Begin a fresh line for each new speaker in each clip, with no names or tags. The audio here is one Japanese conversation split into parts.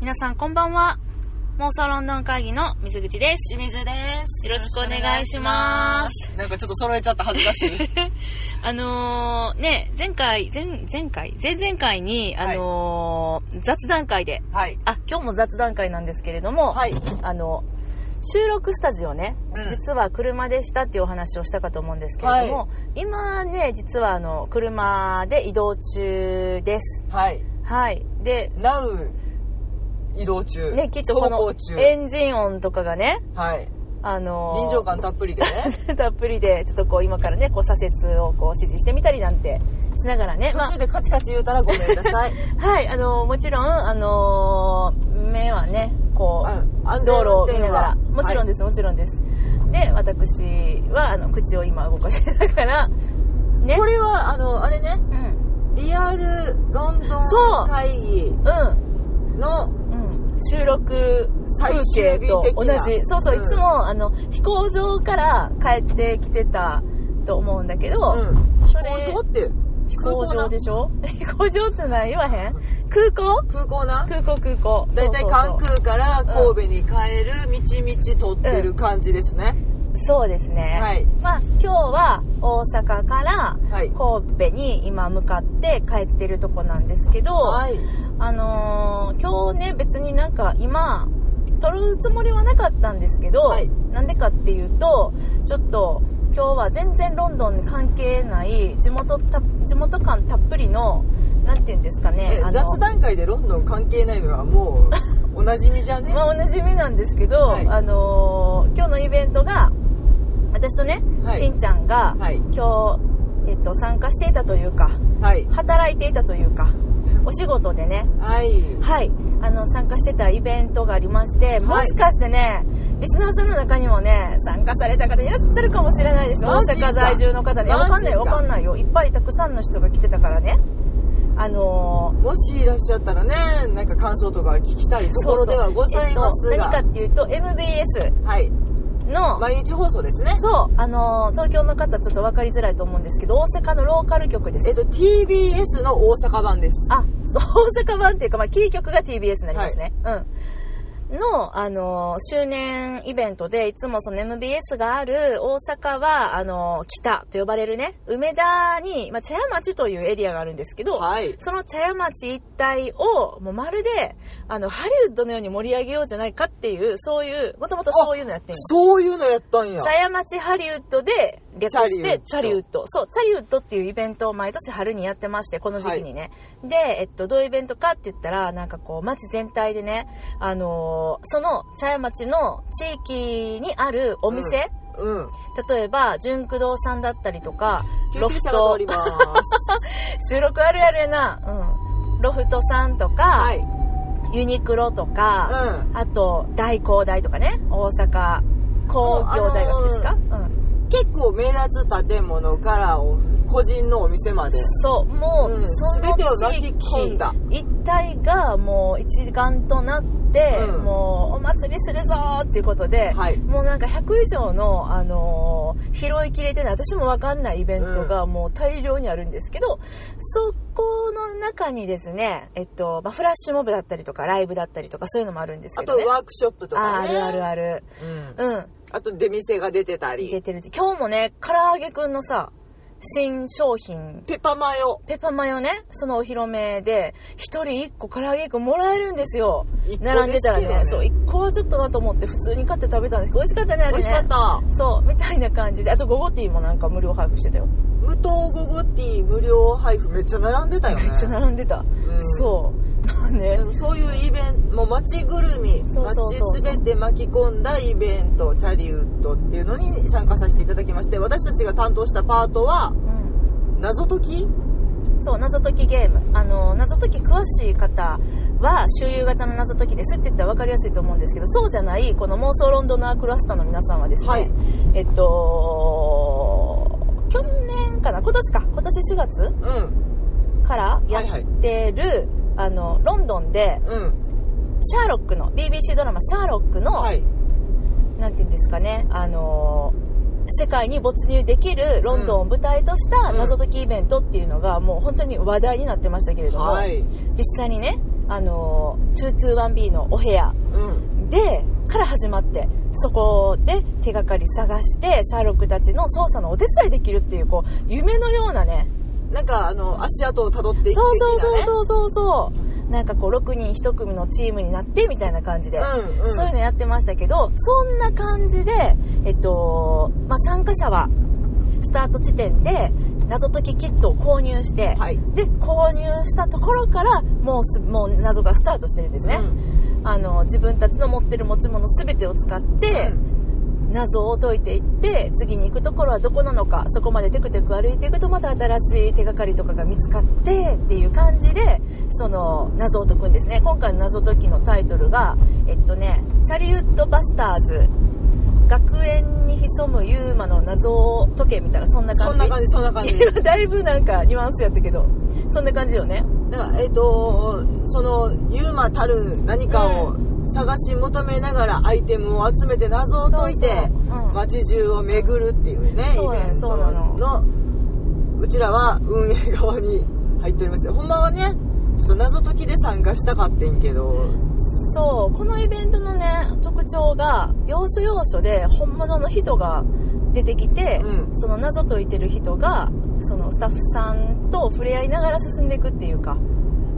皆さんこんばんは妄想ロンドン会議の水口です
清水です。
よろしくお願いします。
なんかちょっと揃えちゃった恥ずかしい。
あのー、ね前回前前回前々回にあのー雑談会で
はい。
あ今日も雑談会なんですけれども、
はい。
あの収録スタジオね、
うん
実は車でしたっていうお話をしたかと思うんですけれども、
は
今ね実はあの車で移動中です
はい。
はいで
Now、移動中。
ねきっとこの
走行
エ
中。
ンジン音とかがね
はい。
あの
臨場感たっぷりで ね。
たっぷりでちょっとこう今からねこう左折をこう指示してみたりなんてしながらね、ま
途中でカチカチ言うたらごめんなさ い。
あ、はいあのもちろんあの目はねこう
うん安
道
全
路
運
を
転
見ながら
は
もちろんです、もちろんですで私はあの口を今動かしながらね
はいこれは、あの、あれね、
うん
リアルロンド
そう
ン会議
うん
の、
うん収録風景と同
最終
じ
日的
そ
な
うそう、
うん
いつもあの飛行場から帰ってきてたと思うんだけど、
うん。
それ
飛行場って、
飛行場で
し
し ょ飛行場ってのは言わへん空港
空港な。
空港空港
だいたい関空から神戸に帰る道々取ってる感じですね。
そうですね、
はい
まあ今日は大阪から
はい
神戸に今向かって帰ってるとこなんですけど、
はい。
あのー今日ね別になんか今撮るつもりはなかったんですけど、
はい
なんでかっていうとちょっと今日は全然ロンドンに関係ない地元た地元感たっぷりのなんて言うんですかね
え
あの
雑談会でロンドン関係ないの はもうおなじみじゃね、
まあ、おなじみなんですけど、
はい
あのー今日のイベントが私とね、
はい
しんちゃんが、
はい
今日、えっと、参加していたというか
はい
働いていたというかお仕事でね
はい
はいあの参加してたイベントがありましてもしかしてね、リスナーさんの中にもね参加された方いらっしゃるかもしれないです大
マジか
阪在住の方でわかんない
マジ
わ
か
かんないよいっぱいたくさんの人が来てたからねあのー
もしいらっしゃったらねなんか感想とか聞きたいところではございます
えっと
が
何かっていうと MBS
はい
の
毎日放送ですね
そう、あのー東京の方ちょっと分かりづらいと思うんですけど、大阪のローカル局です。
えっと TBS の大阪版です
あ、そう大阪版っていうか、まあ、キー局が TBS になりますね。うん。の、あのー周年イベントで、いつもその MBS がある大阪は、あのー北と呼ばれるね、梅田に、まあ、茶屋町というエリアがあるんですけど、
はい
その茶屋町一帯を、もうまるで、あの、ハリウッドのように盛り上げようじゃないかっていう、そういう、もともとそういうのやってるんです
そういうのやったんや
茶屋町ハリウッドで略してチ
チ
ャ
ャ
リ
リ
ウ
ウ
ッドそうチャリウッドっていうイベントを毎年春にやってましてこの時期にね、で、えっと、どういうイベントかって言ったらなんかこう町全体でね、あのーその茶屋町の地域にあるお店、
うん
例えば純駆動さんだったりとか
救
ロ
急
フ
車が
ト
通ります
収録あるやるやな、うん、ロフトさんとか、
はい
ユニクロとか、
う
あと大工大とかね大阪工業大学ですか、
あ
うん
ん結構目立つ建物からお個人のお店まで
そうもう、
うん
その
全てを
地
巻き込
域
んだ
一体がもう一丸となって、
うん
もうお祭りするぞーっていうことで、
はい
もうなんか100以上の、あのー拾いきれてない私も分かんないイベントがもう大量にあるんですけど、そこの中にですね、えっとまあ、フラッシュモブだったりとかライブだったりとかそういうのもあるんです
あ
け
と
ど、ね、
ワークショップと
あ
か
ー
ね
あるあるある
うん
うん
あと出店が出てた
出
り
てる今日もね唐揚げくんのさ新商品
ペパマヨ
ペパマヨね、そのお披露目で、一人一個唐揚げくんもらえるんですよ。
一個
並んでたらね
ですけどね
そう、一個はちょっとなと思って普通に買って食べたんですけど、美味しかったね、あれ
美
ね。
味しかった
そう、みたいな感じで。あと、ゴゴティーもなんか無料配布してたよ。
無糖ゴゴティー無料配布めっちゃ並んでたよね
めっちゃ並んでた。
ん
そう。まあね。
うんそういうイベントもう街ぐるみ
そうそうそう
街すべて巻き込んだイベントチャリウッドっていうのに参加させていただきまして私たちが担当したパートは
うん。
謎解き
そう、謎解きゲーム。あの、謎解き詳しい方は、周遊型の謎解きですって言ったら分かりやすいと思うんですけど、そうじゃない、この妄想ロンドナークラスターの皆さんはですね、
はい
えっと、去年かな今年か今年4月
うん
からや
はいはい
ってる、あのロンドンで
うん
シャーロックの BBC ドラマ「シャーロックの」
はい
なんて言うんですかねあの世界に没入できるロンドンを舞台とした
うん
謎解きイベントっていうのがもう本当に話題になってましたけれども、
はい
実際にねあの 221B のお部屋
うん
でから始まってそこで手がかり探してシャーロックたちの捜査のお手伝いできるっていうこう夢のようなね
なんかあの足跡をたどっていく的なね
そうそうそうそうそうそうなんかこう6人1組のチームになってみたいな感じで、
うんうん
そういうのやってましたけどそんな感じで、えっとまあ、参加者はスタート地点で謎解きキットを購入して、
はい
で購入したところからもうすもう謎がスタートしてるんですね、
うん
あの自分たちの持ってる持ち物全てを使って、謎を解いていって次に行くところはどこなのかそこまでテクテク歩いていくとまた新しい手がかりとかが見つかってっていう感じでその謎を解くんですね今回の謎解きのタイトルがえっとね「チャリウッドバスターズ学園に潜むユーマの謎を解け」みたいなそんな
そ
感
ん
じ
な感じそんな感じ
だいぶなんかニュアンスやったけどそんな感じよね
だからえっ、とそのユーマたる何かを探し求めながらアイテムを集めて謎を解いて
そうそううん
街中を巡るっていうね
そうや
イベン
そう
ト
なの
のうちらは運営側に入っておりましてほんまはねちょっと謎解きで参加したかってんけど
そうこのイベントのね特徴が要所要所で本物の人が出てきて、
うん
その謎解いてる人がそのスタッフさんと触れ合いながら進んでいくっていうか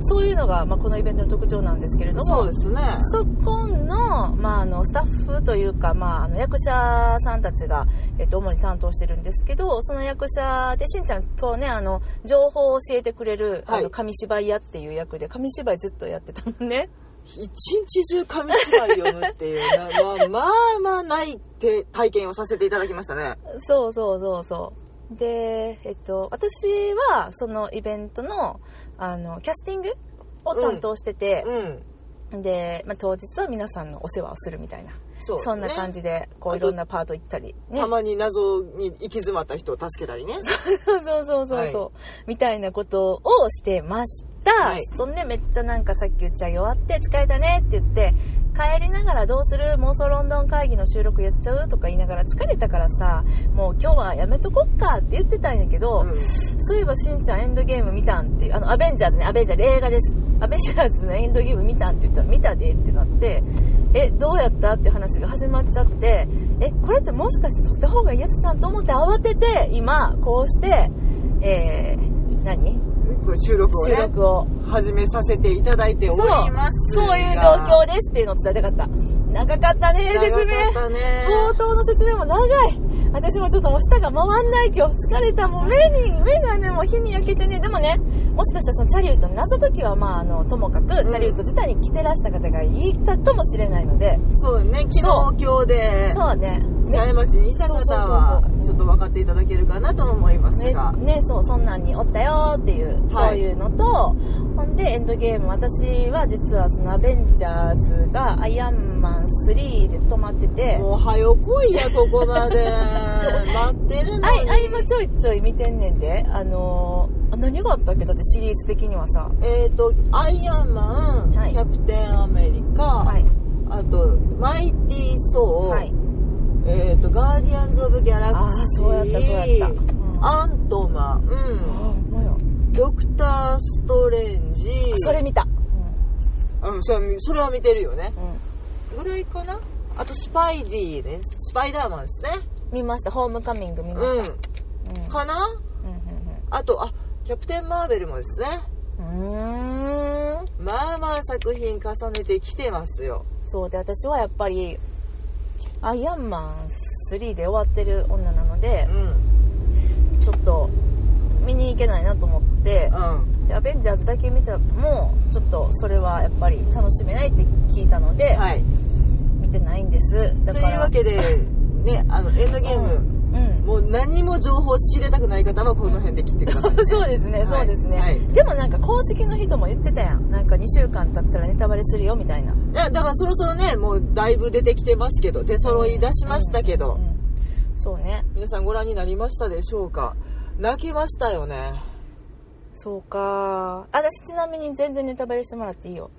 そういうのが、まあ、このイベントの特徴なんですけれど
そう
も
ですね
そこの,、まああのスタッフというか、まあ、あの役者さんたちが、えっと、主に担当してるんですけどその役者でしんちゃん今日ねあの情報を教えてくれる、あ
は
の
い
紙芝居屋っていう役で紙芝居ずっとやってたもんね。
一日中紙芝居読むっていう、なまあ、まあまあないて体験をさせていただきましたね
そうそうそうそう。で、えっと、私はそのイベントのあのキャスティングを担当してて、
うん
で、まあ、当日は皆さんのお世話をするみたいな、
そう、ね、
そんな感じでこう
あ
い
と
ろんなパート行ったり、ね
た、まに謎に行き詰まった人を助けたりね
そうそうそうそうそう、
は
みたいなことをしてました、
はい
そんでめっちゃなんかさっき打ち上げ終わって疲れたねって言って帰りながらどうする妄想ロンドン会議の収録やっちゃうとか言いながら疲れたからさもう今日はやめとこっかって言ってたんやけど、
う
そういえばしんちゃんエンドゲーム見たんっていうあのアベンジャーズねアベンジャーズ映画ですアベンジャーズのエンドゲーム見たんって言ったら見たでってなってえどうやったって話が始まっちゃってえこれってもしかして撮った方がいいやつちゃんと思って慌てて今こうしてえー、何
んこれ収録を
収
ね
録を
始めさせていただいております
そうそういう状況ですっていうのを伝えたかった長かったね説
長か
明
ったね
冒頭の説明も長い私もちょっともう舌が回んない今日疲れたもう目に目がねもう火に焼けてねでもねもしかしたらそのチャリウッドの謎解きはまああのともかく、
うん
チャリウッド自体に来てらした方がいたかもしれないので
そうね昨
そう
日今日で
そうね
茶
ね
屋町にいた方は
そうそうそうそう
ちょっと分かっていただけるかなと思います
ね
が、
ねそうそんなんにおったよーっていう、
はい
そういうのとほんでエンドゲーム私は実はそのアベンジャーズがアイアンマン3で止まってて
もうはよ来いやここ まで待ってるの
あい
に
あいもちょいちょい見てんねんであのーあ何があったっけだってシリーズ的にはさ
えっ、とアイアンマン、
はい
キャプテンアメリカ、
はい
あとマイティー・ソー、
はい
えっ、とガーディアンズ・オブ・ギャラ
あ
ク
ー
シ
そうやったそうやった、
ーアントマン、
あほんまや
ドクター・ストレンジ
それ見た、
うんそれそれは見てるよね
うんうん
ぐらいかなあとスパイディねスパイダーマンですね
見ましたホームカミング見ました、うん
う
うん
んかなあとあキャプテン・マーベルもですね
うんうんうーん
まあまあ作品重ねてきてますよ
そうで私はやっぱりアイアンマン3で終わってる女なので
う、ん
ちょっと見に行けないなと思って、
うん
でアベンジャーズだけ見てもちょっとそれはやっぱり楽しめないって聞いたので、
はい
見てないんですだ
と
か
いう
ら
わけでねあのエンドゲーム、
うん
もう何も情報知れたくない方はこの辺で切ってください、ね
そうですね、
はい
そうですね、
はい
でもなんか公式の人も言ってたやんなんか2週間経ったらネタバレするよみたいな、
いやだからそろそろねもうだいぶ出てきてますけど出揃い出しましたけど、
うんそうね
皆さんご覧になりましたでしょうか泣きましたよね
そうかあ私ちなみに全然ネタバレしてもらっていいよ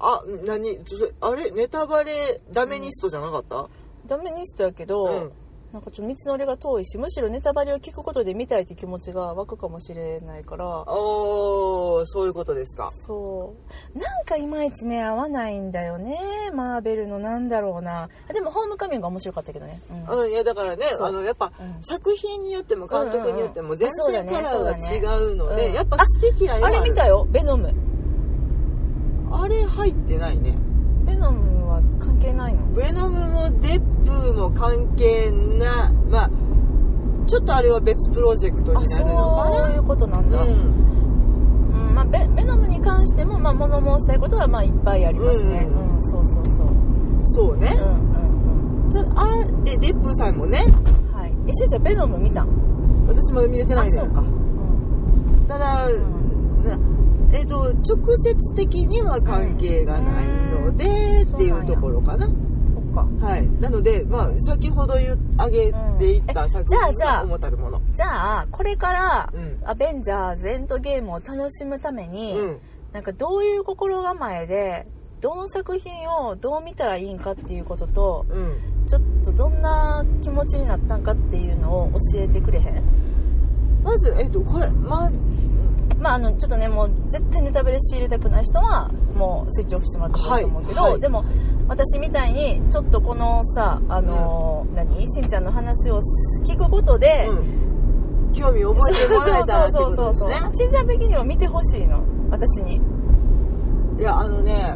あ何それあれネタバレダメニストじゃなかった、
ダメニストやけど、なんかちょっと道のりが遠いしむしろネタバレを聞くことで見たいって気持ちが湧くかもしれないから
おーそういうことですか
そうなんかいまいちね合わないんだよねマーベルのなんだろうなあでもホームカミングは面白かったけどね、うん
うん、いやだからね
そう
あのやっぱ、
うん
作品によっても監督によっても全
うんうんうん
然カラーが
あそうだね
違うので、
うん
やっぱ好き嫌いは
あ
ある
れ見たよベノム
あれ入ってないね
ベノムは関係ないの
ベノムもデップも関係なまあちょっとあれは別プロジェクト
あ
になるの
そういうことなん
か
だ、
な
うん
ん
まあ、ベベノムに関しても、まあ、物申したいことはまあいっぱいありますね、う
うんん
そうそうそう、
そうね
う、んうん
ただあでデップさんもね
うんはい、えしゅうちゃんベノム見たん、
私まだ見れてないのよ
あそうかうん
ただ、なえっと直接的には関係がないので、
ん
っていうところかな
そっか
はいなので、まあ、先ほど言あげていっ
うんえ
た作
じゃあ
品
じゃあ
が重たるもの
じゃあこれから、
うん
アベンジャーズエントゲームを楽しむために、
うん
なんかどういう心構えでどの作品をどう見たらいいんかっていうことと
うん
ちょっとどんな気持ちになったんかっていうのを教えてくれへん
まずえっ、とこれま
まああのちょっとねもう絶対ネタバレし入れたくない人はもうスイッチオフしてもらってもいいと思うけど、
はいはい
でも私みたいにちょっとこのさあのー、何しんちゃんの話を聞くことで、
うん、興味を覚えてもらえたらってことですね
しんちゃん的には見てほしいの私に
いやあのね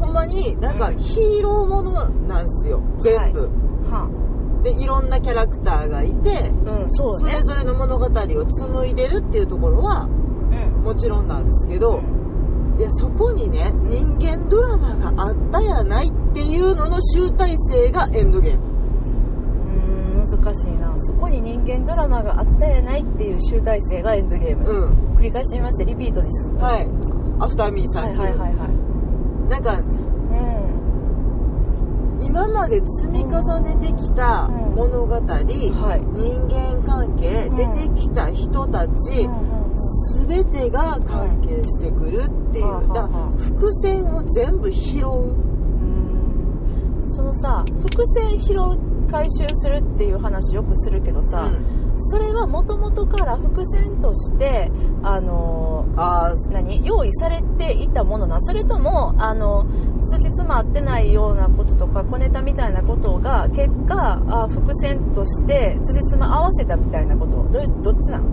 ほんまになんかヒーローものなんすよ全部、
は
でいろんなキャラクターがいて
あ、うんそう
そ
ね
れぞれの物語を紡いでるっていうところは
うん
もちろんなんですけどいやそこにね人間ドラマがあったやないっていうのの集大成がエンドゲーム
うーん難しいなそこに人間ドラマがあったやないっていう集大成がエンドゲーム、
うん
繰り返してみましたリピートです
はいアフターミーさ
は
ん
いはいはいはい
なんか
うん
今まで積み重ねてきた物語、
はい
人間関係、
うん
出てきた人たち、全てが関係してくるっていう、
はあはあ
だから伏線を全部拾う
うんそのさ伏線拾う回収するっていう話よくするけどさ、それはもともとから伏線としてあのー
ああ
何用意されていたものなそれともあの辻褄合ってないようなこととか小ネタみたいなことが結果あ伏線として辻褄合わせたみたいなことどうどっちなの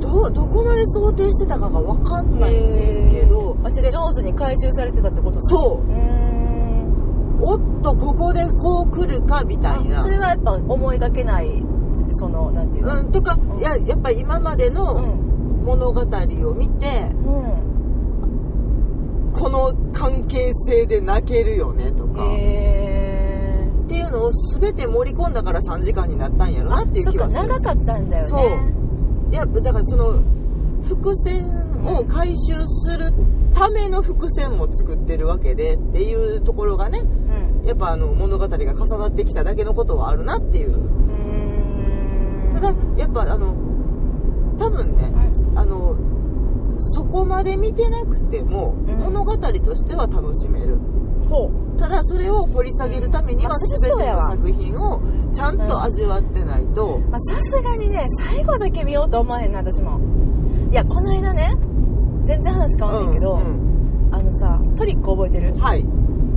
どどこまで想定してたかが分かんないんだけど
あじゃあ
で
上手に回収されてたってことう
そう
うーん
おっとここでこう来るかみたい
あ
な
それはやっぱ思いがけないそのなんていうの
うんとか
ん
いややっぱ今までの
ん
物語を見て
うん
この関係性で泣けるよねとか、
へー
っていうのを全て盛り込んだから3時間になったんやろな
あ
っていう
そっ
気
か
はする
長かったんだよね
そういやだからその伏線を回収するための伏線も作ってるわけでっていうところがね
うん
やっぱあの物語が重なってきただけのことはあるなっていう
うーん
ただやっぱあの多分ねあのそこまで見てなくても
ん
物語としては楽しめる
ほう
ただそれを掘り下げるために
う
は
んあそりゃ
全
そう
て
や
の
わ
作品をちゃんと味わってないと
まあさすがにね最後だけ見ようと思わへんな私もいやこの間ね全然話変わんねんけど、
うん
あのさトリック覚えてる
うんはい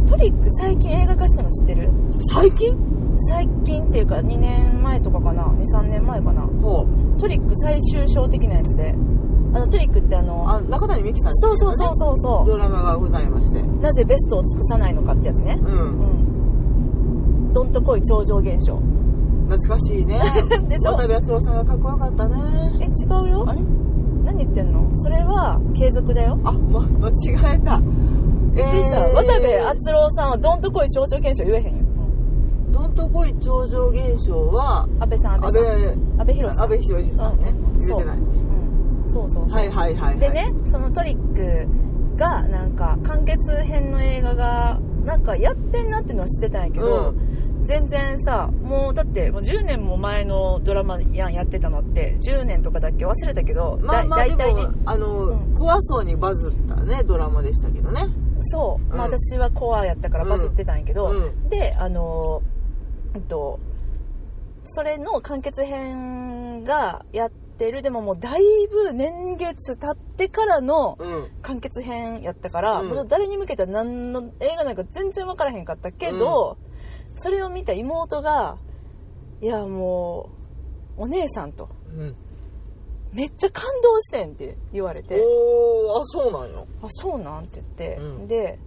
トリック最近映画化したの知ってる
最近
最近っていうか2年前とかかな23年前かな
ほう
トリック最終章的なやつであのトリックってあの
あ中谷美紀さん
そうそうそうそうそ
ドラマがございまして
うなぜベストを尽くさないのかってやつね
う
うんんどんとこい超常現象
懐かしいね
でしょ
渡部篤郎さんがかっこよかったね
え違うよ
あれ
何言ってんのそれは継続だよ
あ、ま、間違えたえ
びっくりした、渡部篤郎さんはどんとこい象徴現象言えへんよ、
どんとこい超常現象は
安倍さん
安
安倍
倍
さん安倍博さん
安倍博さんね
うん
言えてない
うんそうそうそう、
はいはいはいはい
でねそのトリックがなんか完結編の映画がなんかやってんなっていうのは知ってたんやけど、
う
全然さもうだってもう10年も前のドラマやんやってたのって10年とかだっけ忘れたけど
まあまあ
だ
で
大体ね
もあの、
うん
怖そうにバズったねドラマでしたけどね
そう、まあ、
うん
私はコアやったからバズってたんやけど、
うん
であのーえっとそれの完結編がやってるでももうだいぶ年月経ってからの
うん
完結編やったから、
うん
もうちょっと誰に向けた何の映画なんか全然分からへんかったけど、それを見た妹がいやもうお姉さんと
うん
めっちゃ感動してんって言われて
おーあそうなんよ
あそうなんって言って、
うん
で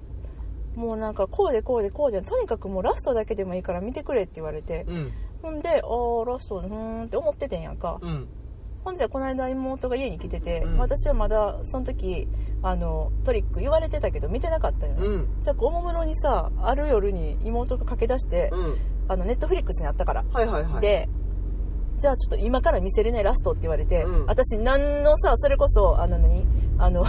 もうなんかこうでこうでこうでとにかくもうラストだけでもいいから見てくれって言われて
うん
ほんでああラストうーんって思っててんやんか
うん
ほんじゃこの間妹が家に来てて、
うん
私はまだその時あのトリック言われてたけど見てなかったよね、
うん
じゃあおもむろにさある夜に妹が駆け出して、
うん
あのネットフリックスにあったから、
はいはいはい
でじゃあちょっと今から見せるねラストって言われて、
うん
私何のさそれこそあの何あ の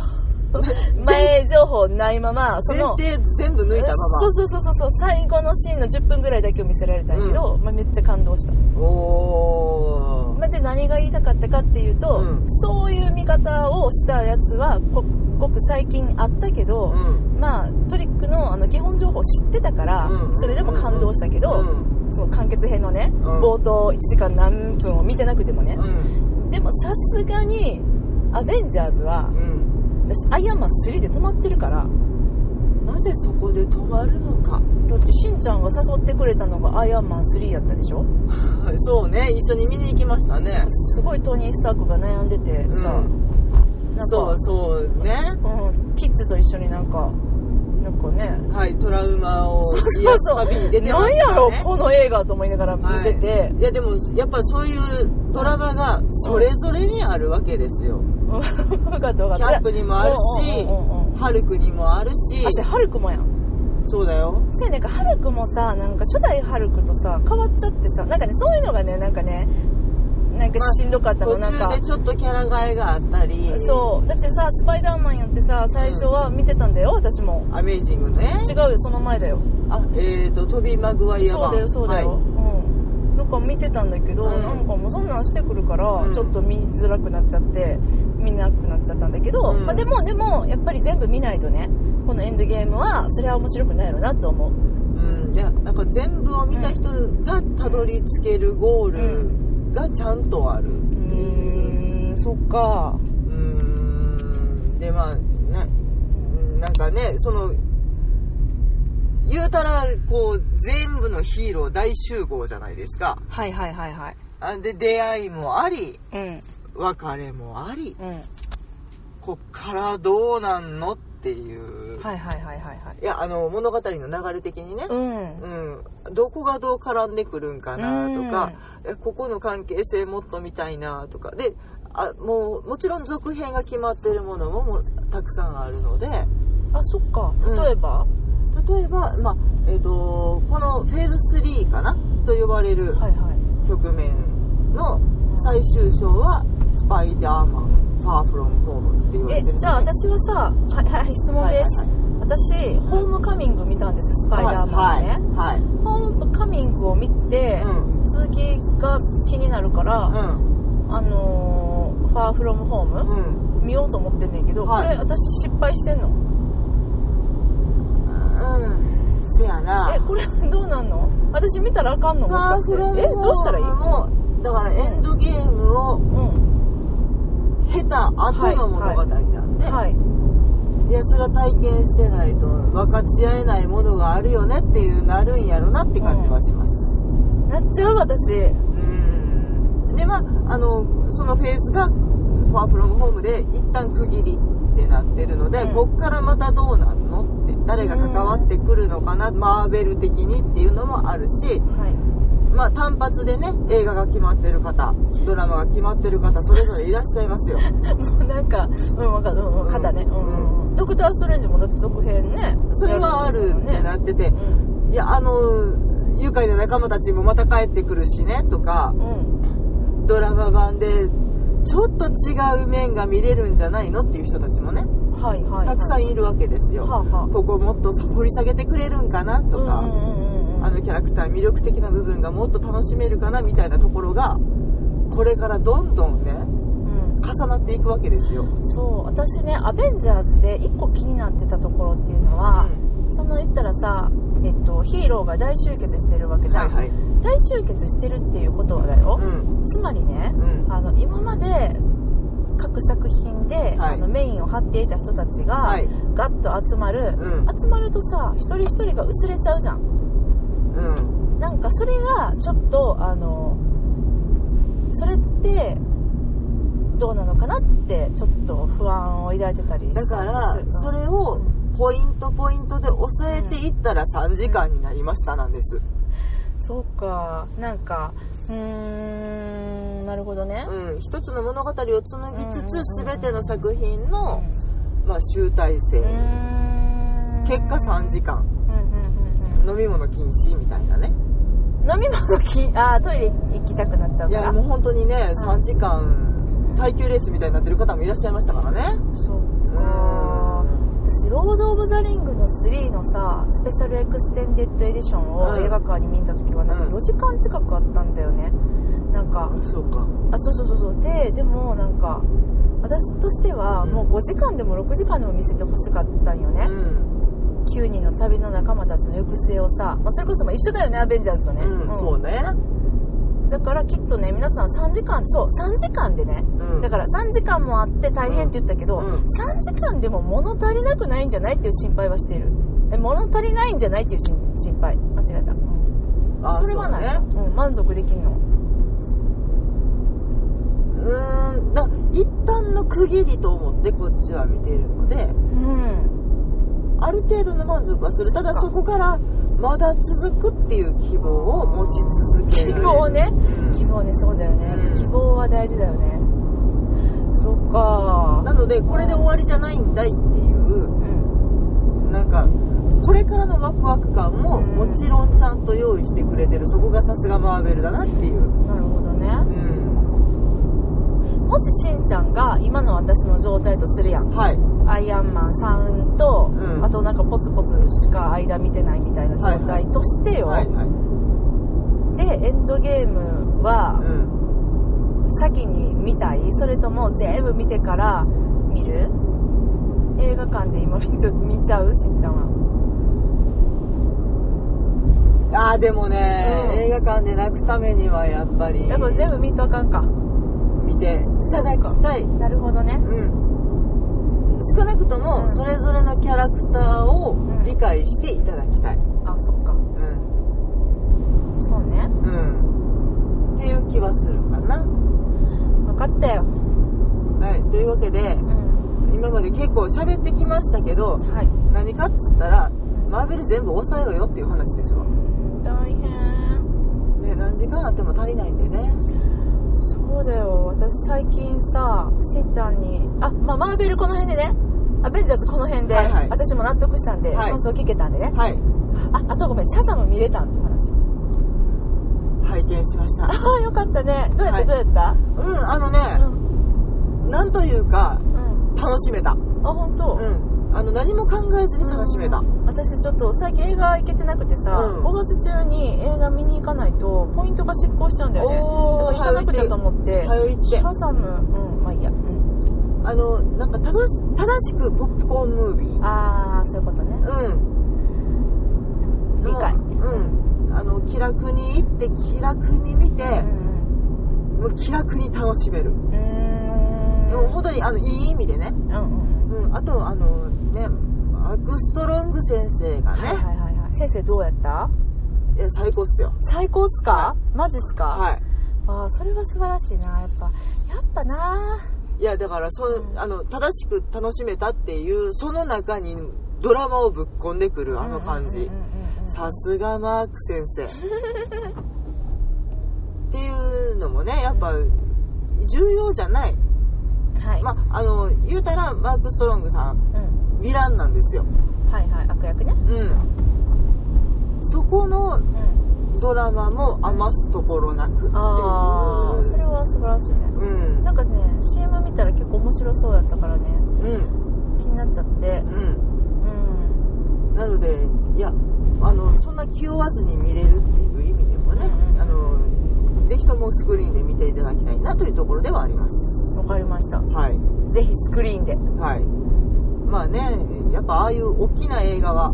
前情報ないままそ
前
の
提全部抜いたまま
そうそうそうそうそう最後のシーンの10分ぐらいだけを見せられたんやけど、まあ、めっちゃ感動した、
おー
まあ、で何が言いたかったかっていうと、
うん
そういう見方をしたやつはごごく最近あったけど、
うん
まあ、トリックのあの基本情報を知ってたから、
うん
それでも感動したけど、
うん
その完結編のね、
ん
冒頭1時間何分を見てなくてもね、
うん
でもさすがに「アベンジャーズは」
うん
私「アイアンマン3」で止まってるから
なぜそこで止まるのか
だってしんちゃんが誘ってくれたのが「アイアンマン3」やったでしょ
そうね一緒に見に行きましたね
すごいトニー・スタークが悩んでて
う
さ、
ん
なん
そ
か
うそうね
うん、キッズと一緒になんかなんかね
はいトラウマを癒やす旅に出てま
なん
し
や
た
ろ
ね
この映画と思いながら見てて、
はい、いやでもやっぱそういうドラマがそれぞれにあるわけですよ、
分かった分かった
キャップにもあるし
うんうんうんうんうん
ハルクにもあるし
あでハルクもやん
そうだよ
そうやねんかハルクもさなんか初代ハルクとさ変わっちゃってさなんかねそういうのがねなんかねなんか
まあ
しんどかったの、
途
なん
中
か
でちょっとキャラ替えがあったり
そうだってさスパイダーマンやってさ最初は見てたんだよ私も
アメージングね
違うよその前だよ
あえーとトビー・マグワイア
そう
版
だよそうだよ、
はい
うんなんか見てたんだけど、
うん
なんかもうそんなんしてくるから、
うん
ちょっと見づらくなっちゃって見なくなっちゃったんだけど、
うん
まあ、でもでもやっぱり全部見ないとねこのエンドゲームはそれは面白くないよなと思う
うん、いやなんか全部を見た人がたどり着けるゴールがちゃんとある
うーんそっか
うんでまあなうんなんかねその言うたらこう全部のヒーロー大集合じゃないですか
はいはいはいはい
あで出会いもあり
うん
別れもあり
うん
こっからどうなんのっていう、
はいはいはいはいはい
い、やあの物語の流れ的にね、
うん
うん、どこがどう絡んでくるんかなとか、えここの関係性もっと見たいなとかであもうもちろん続編が決まってるものももうたくさんあるので
あそっか
うん
例えば、
例えば、まあえー、とこのフェーズ3かなと呼ばれる
はいはい
局面の最終章は「スパイダーマン・ファー・フロム・ホーム」って言われ
え
てる
じゃあ私はさはいはい質問です、
はい
私ホームカミング見たんですよスパ
は
イ
いはい
ダーマンね、
はい、はい
ホームカミングを見て、
うん
続きが気になるから、あのー、ファーフロムホー
う
ム、
んうん
見ようと思ってんねんけど、
はい
これ私失敗してんの
うんせやな
えこれどうなんの私見たらあかんのもし
パ
か
ー
して
フロム
えどうしたらいい
ホームもだからエンドゲームを
うん
経た後の物語なんで、
はい
いやそれは体験してないと分かち合えないものがあるよねっていうなるんやろなって感じはします
なっちゃう私
うんでまああのそのフェーズが「ファーフロムホームで一旦区切りってなってるので、
うん
こっからまたどうなんのって誰が関わってくるのかな、マーベル的にっていうのもあるし、
はい
まあ、単発でね映画が決まってる方ドラマが決まってる方それぞれいらっしゃいま すよ
もうなんか、うん、わかる、うんうん、肩ね。うんうんうん。ドクター・ストレンジもだって続編ね。
それはあるってなってて、
うん。
いやあの愉快な仲間たちもまた帰ってくるしねとか
うん。
ドラマ版でちょっと違う面が見れるんじゃないのっていう人たちもね
はいはい、はい。
たくさんいるわけですよ、
はあはあ
ここもっと掘り下げてくれるんかなとか、
うんうんうんうん、
あのキャラクター魅力的な部分がもっと楽しめるかなみたいなところがこれからどんどんね
うん
重なっていくわけですよ、
そう私ね「アベンジャーズ」で一個気になってたところっていうのは、その言ったらさ、えっと、ヒーローが大集結してるわけ
うん
じゃ
は
ん、
いはい
大集結してるっていうことはだよ
う、ん
つまりね
うん
あの今まで各作品で、
はい
あのメインを張っていた人たちが、
はい
ガッと集まる、
うん
集まるとさ一人一人が薄れちゃうじゃん
うん
なんかそれがちょっとあのそれってどうなのかなってちょっと不安を抱いてたりしたんで
だ
す
からそれをポイントポイントで抑えていったら3時間になりましたなんです
そうかなんかうーんなるほどね、
うん、一つの物語を紡ぎつ
うんうん
つ
うんうん
全ての作品の、
う
まあ、集大成
ーん
結果3時間
うんうんうん
飲み物禁止みたいなね
うん飲み物きあートイレ行きたくなっちゃう
い
から
やもう本当にね
うん
3時間耐久レースみたいになってる方もいらっしゃいましたからね
そうか私「ロード・オブ・ザ・リング」の3のさスペシャルエクステンデッドエディションを
うん
映画館に見に行った時はなんか
うん
4時間近くあったんだよねなんか
あそうか
あそうそうそうそうででもなんか私としては
うん
もう5時間でも6時間でも見せてほしかったんよね、
うん、
9人の旅の仲間たちの行く末をさ、まあ、それこそまあ一緒だよねアベンジャーズとね、
うん
うん
そうね
だからきっとね皆さん3時間そう3時間でね
うん
だから3時間もあって大変って言ったけど、
うん
3時間でも物足りなくないんじゃないっていう心配はしているえ物足りないんじゃないっていう心心配間違えたうん
あ
それはない
そう
う,、ん、満足できんの
うーんだ一旦の区切りと思ってこっちは見ているので
うん
ある程度の満足はするただそこからまだ続くっていう希望を持ち続け
希
る
望ね
うん
希望ねそうだよね、
うん
希望は大事だよねそっか
なのでこれで終わりじゃないんだいっていう
うん
なんかこれからのワクワク感ももちろんちゃんと用意してくれてるそこがさすがマーベルだなっていう、
なるほどね
うん、
もししんちゃんが今の私の状態とするやん
はい
アイアンマンさんと、
うん
あとなんかポツポツしか間見てないみたいな状態としてよ、
はいはい
でエンドゲームは
うん
先に見たいそれとも全部見てから見る映画館で今見ちゃ見ちゃうしんちゃんは
ああでもね、
うん
映画館で泣くためにはやっぱり
やっぱ全部見とあかんか
見ていただきたい
なるほどね
うん少なくと
う
も
ん
それぞれのキャラクターを理解していただきたい
あそっか
うん
そうね
うんっていう気はするかな
分かったよ
はいというわけで
うん
今まで結構喋ってきましたけど
はい
何かっつったらマーベル全部抑えろよっていう話ですわ
うん大変
ね何時間あっても足りないんでね
そうだよ私最近さしんちゃんにあまあマーベルこの辺でねアベンジャーズこの辺で、
はいはい
私も納得したんで、
はい
感想聞けたんでね
はい
ああとごめんシャザム見れたんって話
拝見しました
ああよかったねどうやった、
はい
どうやった
うんあの
う
ね、
ん
なんというか
うん
楽しめた
あ本当、
うんあの何も考えずに楽しめた、
私ちょっと最近映画行けてなくてさ、
うん
5月中に映画見に行かないとポイントが失効しちゃうんだよね
おー
だから行かなくちゃと思って
早いって
シャザムうんまあいいや、うん、
あのなんか正し正しくポップコーンムービー
ああそういうことね
うん
理解
うんあの気楽に行って気楽に見て、
うん
もう気楽に楽しめる、
うんうーん
でも本当にあのいい意味でね、
うんうん
うん、あとあのねアクストロング先生がね、
はいはいはいはい先生どうやった
いや最高っすよ
最高っすかマジっすか、
は
あーそれは素晴らしいなやっぱやっぱない
いやだからそう、
うん
あの正しく楽しめたっていうその中にドラマをぶっ込んでくるあの感じ、
うんうんうんうん
さすがマーク先生っていうのもねやっぱ重要じゃない
はい、
まああの言うたらマーク・ストロングさん
うん、
ヴィランなんですよ
はいはい悪役ね
うんそこの
うん
ドラマも余すところなくっていう
ああそれは素晴らしいね
うん
なんかね CM 見たら結構面白そうやったからね
うん
気になっちゃって
うん
うん
なのでいやあのそんな気負わずに見れるっていう意味でもね、
うんうん
あのぜひともスクリーンで見ていただきたいなというところではあります
わかりました
はい
ぜひスクリーンで
はいまあねやっぱああいう大きな映画は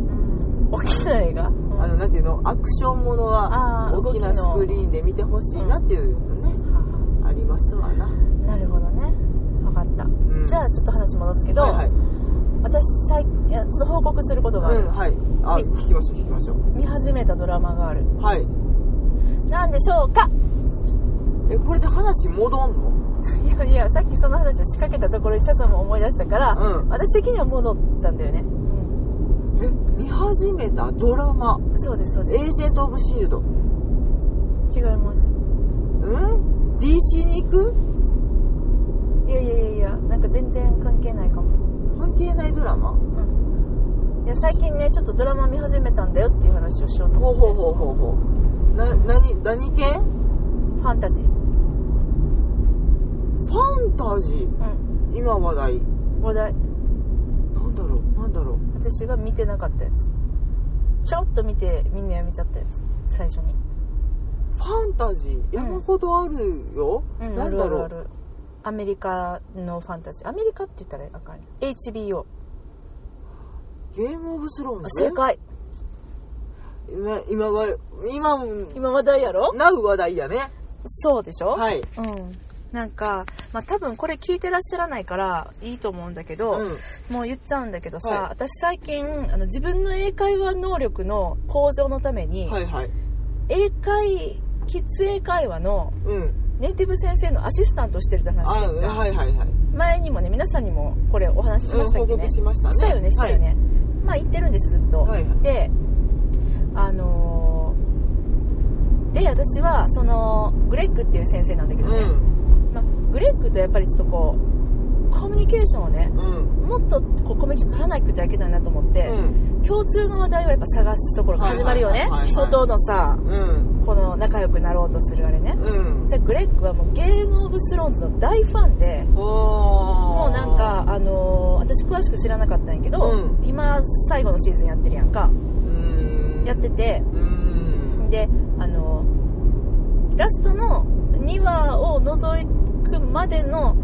大きな映画、
あのなんていうのアクションものは
あー
大きな
動き
ス
の
クリーンで見てほしいなっていうのね、ありますわな、
なるほどね分かった、
うん
じゃあちょっと話戻すけど、
はいはい
私最いやちょっと報告することがあ
うん
る、
はいあ
はい
聞きましょう聞きましょう
見始めたドラマがある
はい
なんでしょうか
えこれで話戻んの
いやいやさっきその話を仕掛けたところにシャザムを思い出したから、
うん
私的には戻ったんだよね、
え見始めたドラマ
そうですそう
「
で
エージェント・オブ・シールド」
す違います
うん DC に行く
いやいやいやいやなんか全然関係ないかも、
関係ないドラマ
うん、いや最近ねちょっとドラマ見始めたんだよっていう話をしようと
ほう
思って
ほうほうほうほうな何何系フ
ファンタジー
ァンタジー
うん
今話題
話題
なんだろうなんだろ
私が見てなかったやつちょっと見てみんなやめちゃったやつ最初に
うファンタジー山ほどあるよ、
うん
な
あ
ん
る
だ
ある
ろ
あ
う
るアメリカのファンタジーアメリカって言ったらあかんよ HBO
ゲームオブスローンズ
正解
今今は今
今話題やろ
なう話題やね
そうでしょ
はい
うんなんか、まあ、多分これ聞いてらっしゃらないからいいと思うんだけど、
うん
もう言っちゃうんだけどさ、
はい
私最近あの自分の英会話能力の向上のために、
はいはい
英会キッズ英会話の
うん
ネイティブ先生のアシスタントしてるって話
あ
しじゃん、
はいはいはい
前にもね皆さんにもこれお話ししましたっけ
うん報
ね
告しましたね
よねしたよね、まあ言ってるんですずっと、
はいはい
であのーで私はそのグレッグっていう先生なんだけど
う
ね、
ん
まあ、グレッグとやっぱりちょっとこうコミュニケーションをね
うん
もっとこうコミュニケーション取らなくちゃいけないなと思って、
うん
共通の話題をやっぱ探すところが始まるよ
はい
ね
はいはいはい
人とのさ
うん
この仲良くなろうとするあれね
うん
じゃあグレッグはもうゲームオブスローンズの大ファンで
も
もうなんか、あのー私詳しく知らなかったんやけど、
う
今最後のシーズンやってるやんか
うん
やってて
うん
であのーラストの2話を除くまでの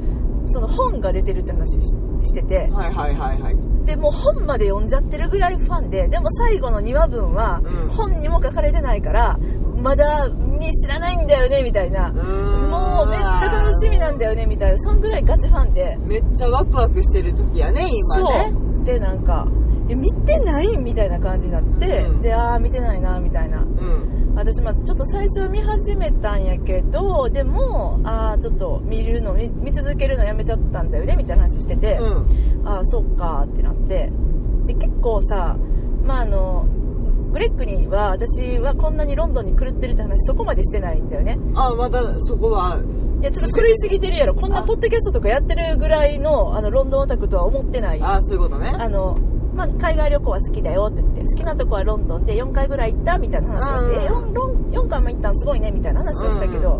その本が出てるって話ししてて
はいはいはいはい
でもう本まで読んじゃってるぐらいファンででも最後の2話分は
うん
本にも書かれてないからまだ見知らないんだよねみたいなも
も
うめっちゃ楽しみなんだよねみたいなそんぐらいガチファンで
めっちゃワクワクしてる時やね今ね
そうでなんかえ見てないみたいな感じになって、
うん
でああ見てないなみたいな
うん
私まあちょっと最初は見始めたんやけどでもああちょっと見るの見見続けるのやめちゃったんだよねみたいな話してて、
うん
ああそっかってなってで結構さまああのグレッグには私はこんなにロンドンに狂ってるって話そこまでしてないんだよね
あまだそこはい
やちょっと狂いすぎてるやろこんなポッドキャストとかやってるぐらいのあのロンドンオタクとは思ってない
あそういうことね
あの、まあ、海外旅行は好きだよって言って、好きなとこはロンドンで4回ぐらい行ったみたいな話をして、
うん
え、4, ロン4回も行ったんすごいねみたいな話をしたけど、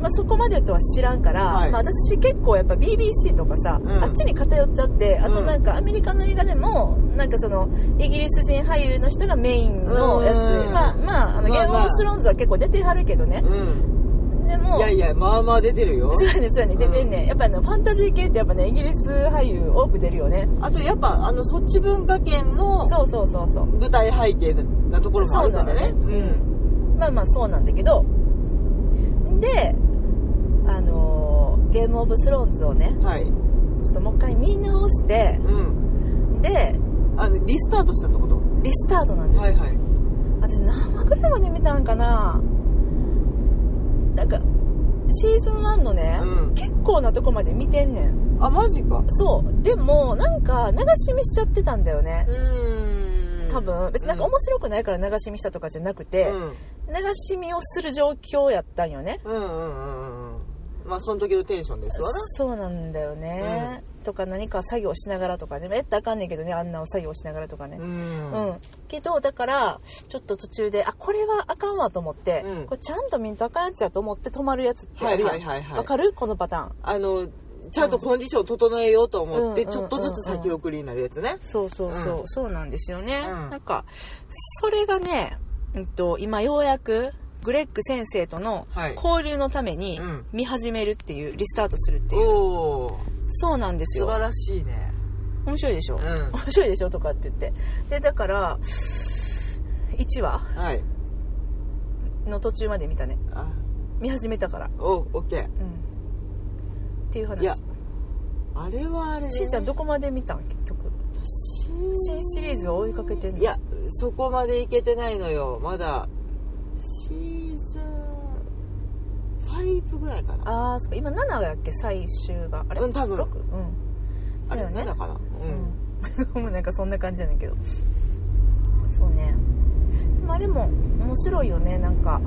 まあ、そこまでとは知らんから、
はい
まあ、私結構やっぱ BBC とかさ、
うん
あっちに偏っちゃって、あと
うん
なんかアメリカの映画でも、なんかその、イギリス人俳優の人がメインのやつ、
うん
まあ、まあ、あの、
ま
ゲ
あ
ー
ま
ム
あ
オブスローンズは結構出てはるけどね。
うん
でも、
いやいやまあまあ出てるよ
そうやね、そうやね、出てんね。やっぱあの、ファンタジー系ってやっぱね、イギリス俳優多く出るよね。
あとやっぱあのそっち文化圏の
そうそうそうそう。
舞台背景なところもあるからね
そうなのねまあまあそうなんだけどであのーゲームオブスローンズをね
うんはい
ちょっともう一回見直して
うん
で
あのリスタートしたってこと
リスタートなんです、
はいはい
私何話ぐらいまで見たんかななんかシーズン1のね、
うん
結構なとこまで見てんねん
あマジか
そうでもなんか流し見しちゃってたんだよね
うん
多分別になんか面白くないから流し見したとかじゃなくて、
うん
流し見をする状況やったんよね
うんうんうんうんまあその時のテンションですわな
そうなんだよね、とか何か作業しながらとかねめったらあかんねんけどねあんなを作業しながらとかね
ん
うん、けどだからちょっと途中であこれはあかんわと思って、
うん
これちゃんと見んとあかんやつやと思って止まるやつってあ
はい
るやんわ、
はいはいはい
かるこのパターン
あのちゃんとコンディションを整えようと思っ
う
て
ん
ちょっとずつ先送りになるやつね
そうそうそう、
うん
そうなんですよね、
うん
なんかそれがね、うん、と今ようやくグレッグ先生との
はい
交流のために
うん
見始めるっていうリスタートするっていう、
おお
そうなんですよ
素晴らしいね
面白いでしょ、
うん
面白いでしょとかって言ってでだから1話
はい
の途中まで見たね
あ
見始めたから
おオッケー
うんっていう話
いやあれはあれでね
しんちゃんどこまで見たん結局
し
新シリーズを追いかけてんの
いやそこまでいけてないのよまだシーズン5ぐらいかな
ああそっか今7だっけ最終があれ
うん多分
6? うん
あ
だ
れ
よね
7かなう、
うんん もうなんかそんな感じやねんけどそうねでもあれも面白いよねなんか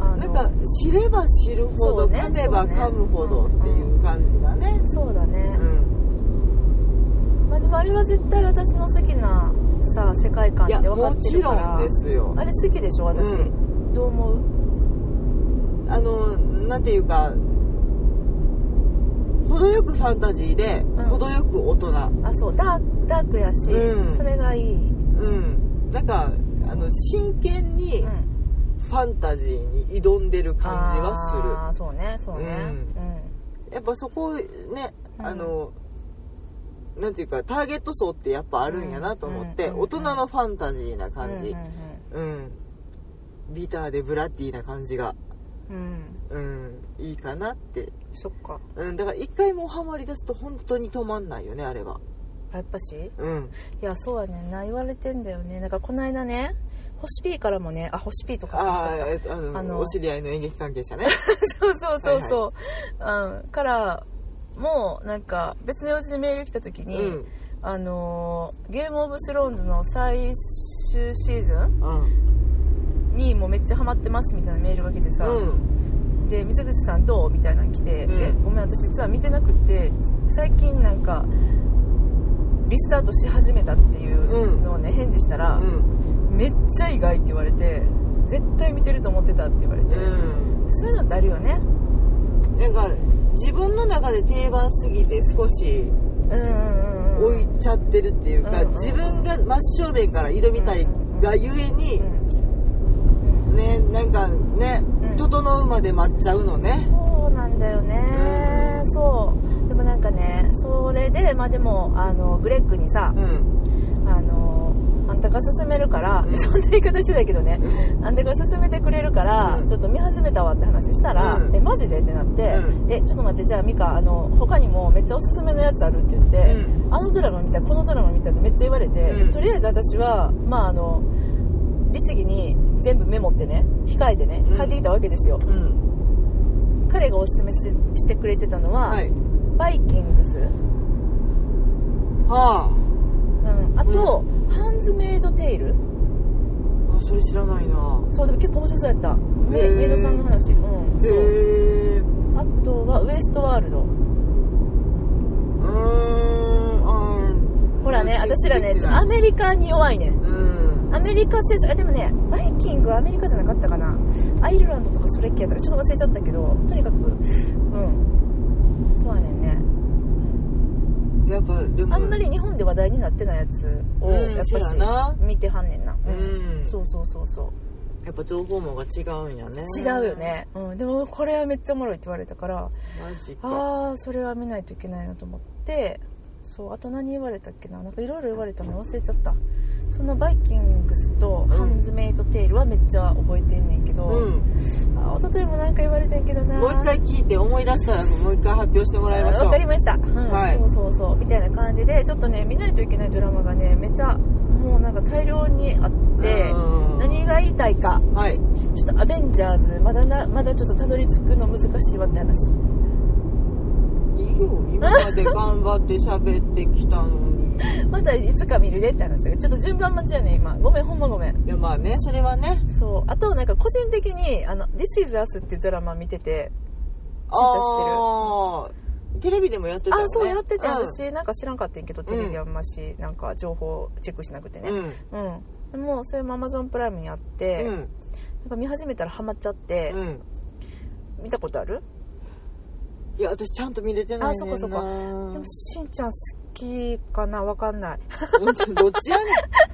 あの
なんか知れば知るほ
そ
ど、
うね
噛めば噛むほどっていう感じだね
そうだね、
うん
まあ、でもあれは絶対私の好きなさ世界観
いや
って分か
も
って
ち
るか
ろん
ら
ですよ
あれ好きでしょ私、
う
どう思う
あのなんていうか程よくファンタジーで、
ん
程よく大人
あそうダークダークやし、
うん
それがいい、うん
うんなんかあの真剣にファンタジーに挑んでる感じはする、
あーそうねそうね
うやっぱそこね
うん
あの、なんていうかターゲット層ってやっぱあるんやなと思って、
うんうん
大人のファンタジーな感じ
うん
うん、ビターでブラッディーな感じが
うんうんうん
うんいいかなって、
そっか
うん、だから一回もうハマり出すと本当に止まんないよねあれは
あやっぱしい
うん
やそうやねんな言われてんだよねだからこの間ね星 P からもねあ星 P とかって言っち
あ
ゃった
あーえっとあの
あの
お知り合いの演劇関係者ね
そうそうそうそう、うんからもうなんか別の用事でメール来た時
う
に、
ん
あのーゲームオブスローンズの最終シーズン
うん
にもうめっちゃハマってますみたいなメールが来てさ、
うん
で水口さんどうみたいなの来て、
うん
えごめん私実は見てなくて最近なんかリスタートし始めたっていうのをね、返事したら、
うん
めっちゃ意外って言われて絶対見てると思ってたって言われて、
う
そういうのってあるよね
んなんか自分の中で定番すぎて少し
うんうんうんうん
置いちゃってるっていうか、
うん
自分が真正面から挑みたいがゆえに
う、ん
ねなんかね、
うん
整うまで待っちゃうのね
そうなんだよね、
うん
そうでもなんかねそれでまあでもあのグレッグにさ
う、ん
あのあんたが勧めるから、
うん
そんな言い方してたけどね
うん
あんたが勧めてくれるから、
うん
ちょっと見始めたわって話したら、
うん
えマジでってなって、
う
えちょっと待ってじゃあミカあの他にもめっちゃおすすめのやつあるって言って、
う
あのドラマ見たこのドラマ見たってめっちゃ言われて、
うん
とりあえず私はまああの律儀に全部メモってね控えてね
うん
帰ってきたわけですよ、
うん
彼がおすすめししてくれてたのは、
はい
バイキングス、
はあ
うん、あと、ハンズメイドテイル
あそれ知らないな
そうでも結構面白そうやったメイ
へー
メイドさんの話うん
へ
そう
え
あとはウエストワールド
うーん
ほらね私らねちょア
あ
メリカに弱いねん
うん
アメリカ制作あでもねバイキングはアメリカじゃなかったかなアイルランドとかそれっけやったからちょっと忘れちゃったけどとにかくうんそうやねんね
やっぱでも
あんまり日本で話題になってないやつを
うん
やっ
そう
ぱ
や
し
な
見てはんねんな
うん
そうそうそうそう
やっぱ情報網が違うんやね
違うよね、うん、でもこれはめっちゃおもろいって言われたから
マジか
ああそれは見ないといけないなと思ってそうあと何言われたっけななんかいろいろ言われたの忘れちゃったそのバイキングスと
うん
ハンズメイドテールはめっちゃ覚えてんねんけど、
うん
あー一昨日もなんか言われてんけどな
もう一回聞いて思い出したらもう一回発表してもらいましょう
わかりました、うん
はい
そうそうそうみたいな感じでちょっとね見ないといけないドラマがねめちゃもうなんか大量にあって
うん
何が言いたいか
はい
ちょっとアベンジャーズまだなまだちょっとたどり着くの難しいわって話
いいよ今まで頑張って喋ってきたの に
またいつか見るでって話だけどちょっと順番待ちやね今ごめんほんまごめん
いやまあねそれはね
そうあとなんか個人的に「あの This is Us」っていうドラマ見ててしんちゃん知ってる
あーテレビでもやってたよね
あそうやってて、
うん
私なんか知らんかったんやけどテレビあんまし、なんか情報チェックしなくてね
うん
うん、でもそれも Amazon プライムにあって、
う
なん
ん
か見始めたらハマっちゃって、
うん
見たことある
いや私ちゃんと見れてないねんな
あそっかでもしんちゃん好きかなわかんない
どっちやね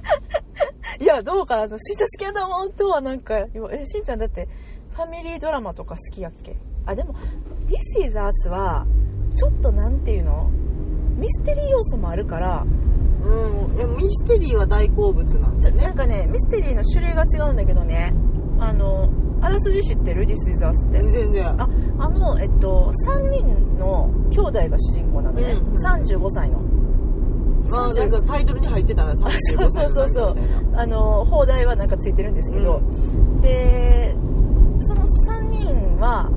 いやどうかなとしんちゃん好きやと思うとはなんかえしんちゃんだってファミリードラマとか好きやっけあでも「This is Us」はちょっとなんていうのミステリー要素もあるから
んうんいやミステリーは大好物なん
ち
で
ょな
ね
んかねミステリーの種類が違うんだけどねあのあらすじ知ってる「This is Us」って
全然
ああのえっと3人の兄弟が主人公なのね、
うんうん
35歳の
まあなんかタイトルに入ってたら
そうそうそうそうあの放題はなんかついてるんですけど、
う
でその3人は、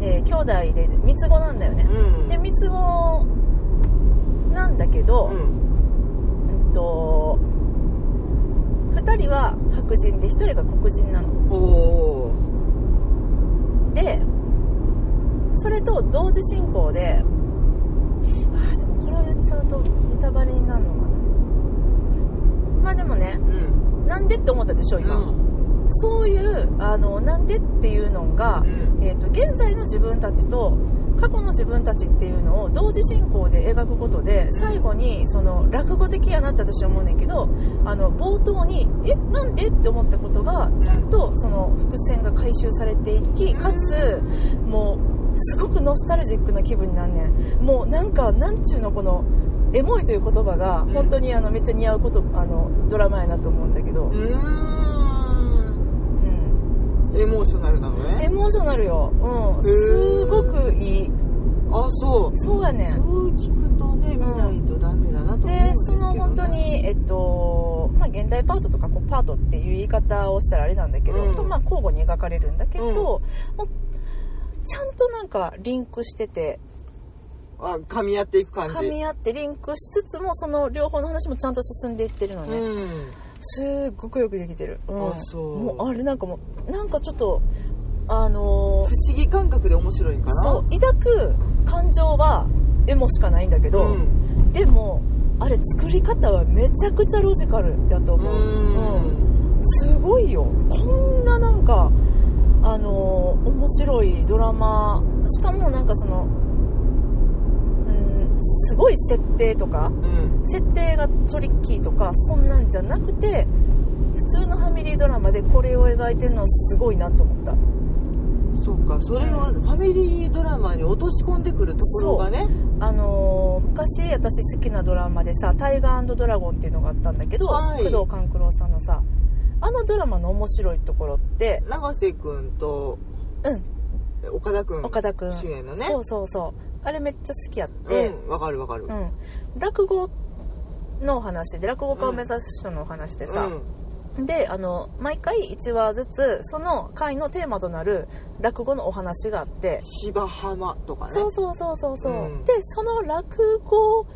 えー兄弟で三つ子なんだよね、
うん
で三つ子なんだけど、
うん
うんと2人は白人で1人が黒人なの
おお
でそれと同時進行であーでもこれを言っちゃうとネタバレになるのかなまあでもね
うん
なんでって思ったでしょ
う
今、
ん
そういうあのなんでっていうのが
う、ん
えー、と現在の自分たちと過去の自分たちっていうのを同時進行で描くことで最後にその落語的やなって私は思うねんけどあの冒頭にえなんでって思ったことがちゃんとその伏線が回収されていきかつもうすごくノスタルジックな気分になんねんもうなんかなんちゅうのこのエモいという言葉が本当にあのめっちゃ似合うことあのドラマやなと思うんだけど、
うーん
うん、
エモーショナルなの
エ
ね
モーショナルよ。うん。
へー
すごくいい。
あそう
そうやね
そ
ん。
う聞くとね見ないとダメだなと思うん
で
で、す
そ
けど、
の
ね、
本当に、えっと、まあ、現代パートとか、こう、パートっていう言い方をしたらあれなんだけど、
うん
と、まあ、交互に描かれるんだけど、もうちゃんとなんか、リンクしてて、
あ噛み合っていく感じ
噛み合ってリンクしつつも、その両方の話もちゃんと進んでいってるのね。
うん
すっごくよくできてる。うん。
あそう
もう、あれなんかもう、なんかちょっと、あのー
不思議感覚で面白いんかな
そう、抱く感情は、エモしかないんだけど、
ん
でもあれ作り方はめちゃくちゃロジカルやと
う
思う、うん
ん
すごいよこんななんかあのー面白いドラマしかもなんかそのうんすごい設定とか
うん
設定がトリッキーとかそんなんじゃなくて普通のファミリードラマでこれを描いてるのはすごいなと思った
そうかそれをファミリードラマに落とし込んでくるところがね
あのー昔私好きなドラマでさ「タイガードラゴン」っていうのがあったんだけど、
は
工
い
藤官九郎さんのさあのドラマの面白いところって、
永瀬君と
うん
岡田君
岡田君
主演のね
そうそうそうあれめっちゃ好きやって、
うんわかるわかる
うん落語のお話で落語家を目指す人のお話でさ、であの毎回1話ずつその回のテーマとなる落語のお話があって
芝浜とかね
そうそうそうそうそう、
うん
でその落語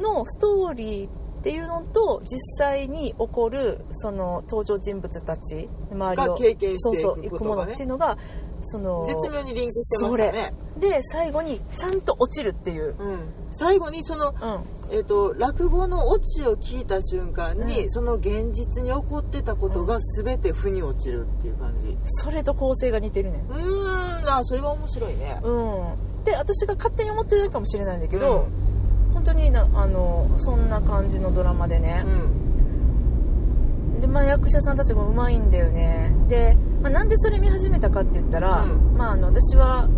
のストーリーっていうのと実際に起こるその登場人物たち周り
が
を
経験
そう
してい
そう
く
行
こ
く
と
もの
が
っ
ね
ていうのがその
絶妙にリンクしてましたね
で最後にちゃんと落ちるっていう、
うん最後にその
うん、
えっと落語のオチを聞いた瞬間に、
うん
その現実に起こってたことが全て負に落ちるっていう感じ
それと構成が似てるねん
うーんあそれは面白いね
うんで私が勝手に思ってるだけかもしれないんだけど、本当になあのそんな感じのドラマでね、
うん
で、まあ、役者さんたちもうまいんだよねで、まあ、なんでそれ見始めたかって言ったら、
うん
まあ、あの私は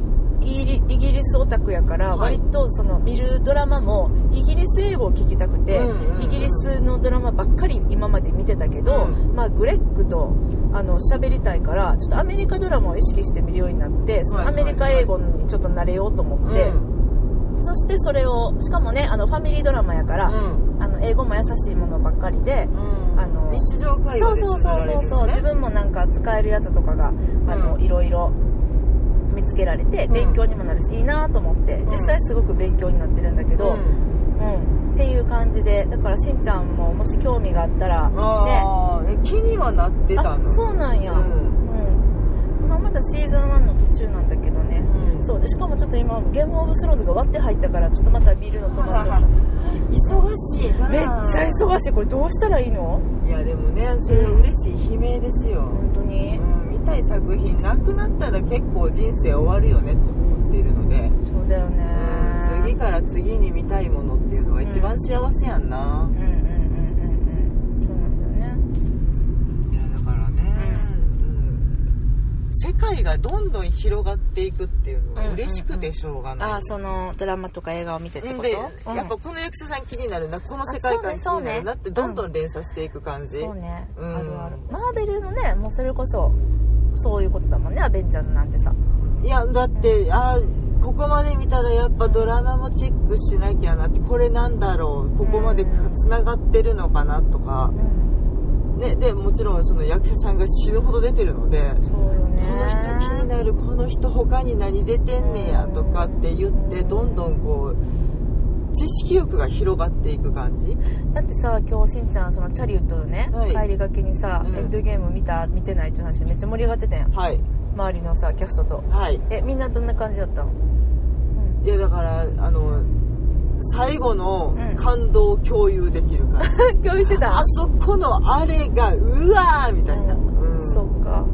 イギリイギリスオタクやから
はい
割とその見るドラマもイギリス英語を聞きたくて、
うんうんうん
イギリスのドラマばっかり今まで見てたけど、
う
まあ、グレッグとあの喋りたいからちょっとアメリカドラマを意識して見るようになってその
は
ア
いはいは
メ
い
リカ英語にちょっと慣れようと思って、
うん
そしてそれをしかもねあのファミリードラマやから、
うん
あの英語も優しいものばっかりで。
うん
あの
日常会
そ
話
う
で
そう
つ
そ
な
う
がれ
そ
る
うそう
よね
自分もなんか使えるやつとかがあの、
うん
いろいろ見つけられて
うん
勉強にもなるし、いいなと思って
ん
実際すごく勉強になってるんだけど、うん
うん
っていう感じでだからしんちゃんももし興味があったらね
あーえ気にはなってた
あ
の
そうなんや、うん今まだシーズン1の途中なんだけどね、
うん
そうでしかもちょっと今ゲームオブスローンズが割って入ったからちょっとまたビールの止まっちゃっ
忙しいな
ためっちゃ忙しいこれどうしたらいいの
いやでもねそれは嬉しい悲鳴ですよ、
本当に
うん見たい作品なくなったら結構人生終わるよねって思っているので
そうそうだよね
うん次から次に見たいものっていうのは一番幸せやんな
うん、うんうんうんうんそうなんだよね
いやだからね、うん世界がどんどん広がっていくっていうのは嬉しくてしょうがない、
ああそのドラマとか映画を見てってこと
で
うん
やっぱこの役者さん気になるなこの世界観気
あそうねそう
に
ね
なるなってどんどん連鎖していく感じ、
そうね、
うん
あるあるマーベルのねもうそれこそそういうことだもんねアベンジャーズなんてさ
いやだってあーここまで見たらやっぱドラマもチェックしなきゃなってこれなんだろうここまで
うん
つながってるのかなとか
う、ん
ね、でもちろんその役者さんが死ぬほど出てるので、
そうよね
この人気になるこの人他に何出てんねやとかって言ってどんどんこう知識欲が広がっていく感じ
だってさ今日しんちゃんそのチャリウッドのね、
はい
帰りがけにさ、
うん
エンドゲーム見た見てないっていう話めっちゃ盛り上がってたやん
はい
周りのさキャストと
はい
えみんなどんな感じだったの、
いやだからあの最後の
うん
感動を共有できる 感じ、
共有してた
あそこのあれがうわーみたいな、
うん
うん
そっか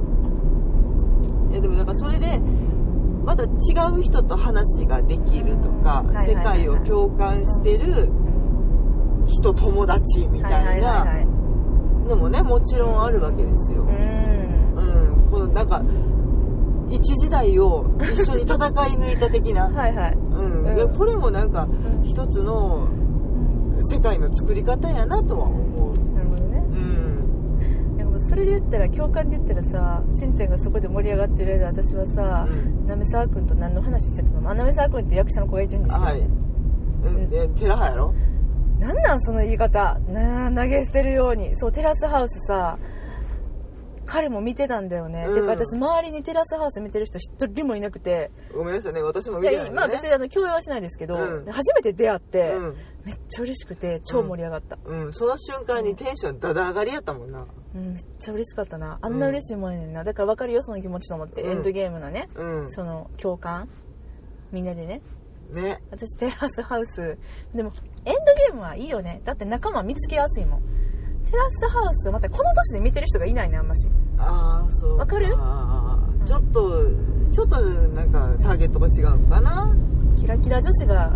いやでもなんかそれでまた違う人と話ができるとか、
うんはいはいはいはい
世界を共感してる人友達み
はいは
たい
いはいは
ないのもねもちろんあるわけですよ、
うん
うん、このなんか一時代を一緒に戦い抜いた的な、
はいはい、
うん、いや
うん
これもなんか一つの世界の作り方やなとは思う、
なるほどね
うん、
でもそれで言ったら共感で言ったらさしんちゃんがそこで盛り上がってる間私はさ、
うん
なめさわくんと何の話してたのまあなめさわくんっていう役者の子がいるんですけど、
はい、うん、で寺葉やろ
なんなんその言い方な投げ捨てるようにそうテラスハウスさ彼も見てたんだよね、
うん
てか私周りにテラスハウス見てる人一人もいなくて
ごめんなさいね私も
い
見
や
てないん
まあ別にあの共演はしないですけど、
うん
初めて出会って、
うん
めっちゃ嬉しくて超盛り上がった、
うん、その瞬間にテンションダダ上がりやったもんな
うんめっちゃ嬉しかったなあんな嬉しいもんやねんなだから分かるよその気持ちと思って、
うん
エンドゲームのね
うん
その共感みんなでね
ね
私テラスハウスでもエンドゲームはいいよねだって仲間見つけやすいもんテラスハウスまたこの年で見てる人がいないねあんまし
ああそう
わかる
あーちょっとちょっとなんかターゲットが違うかな
キラキラ女子が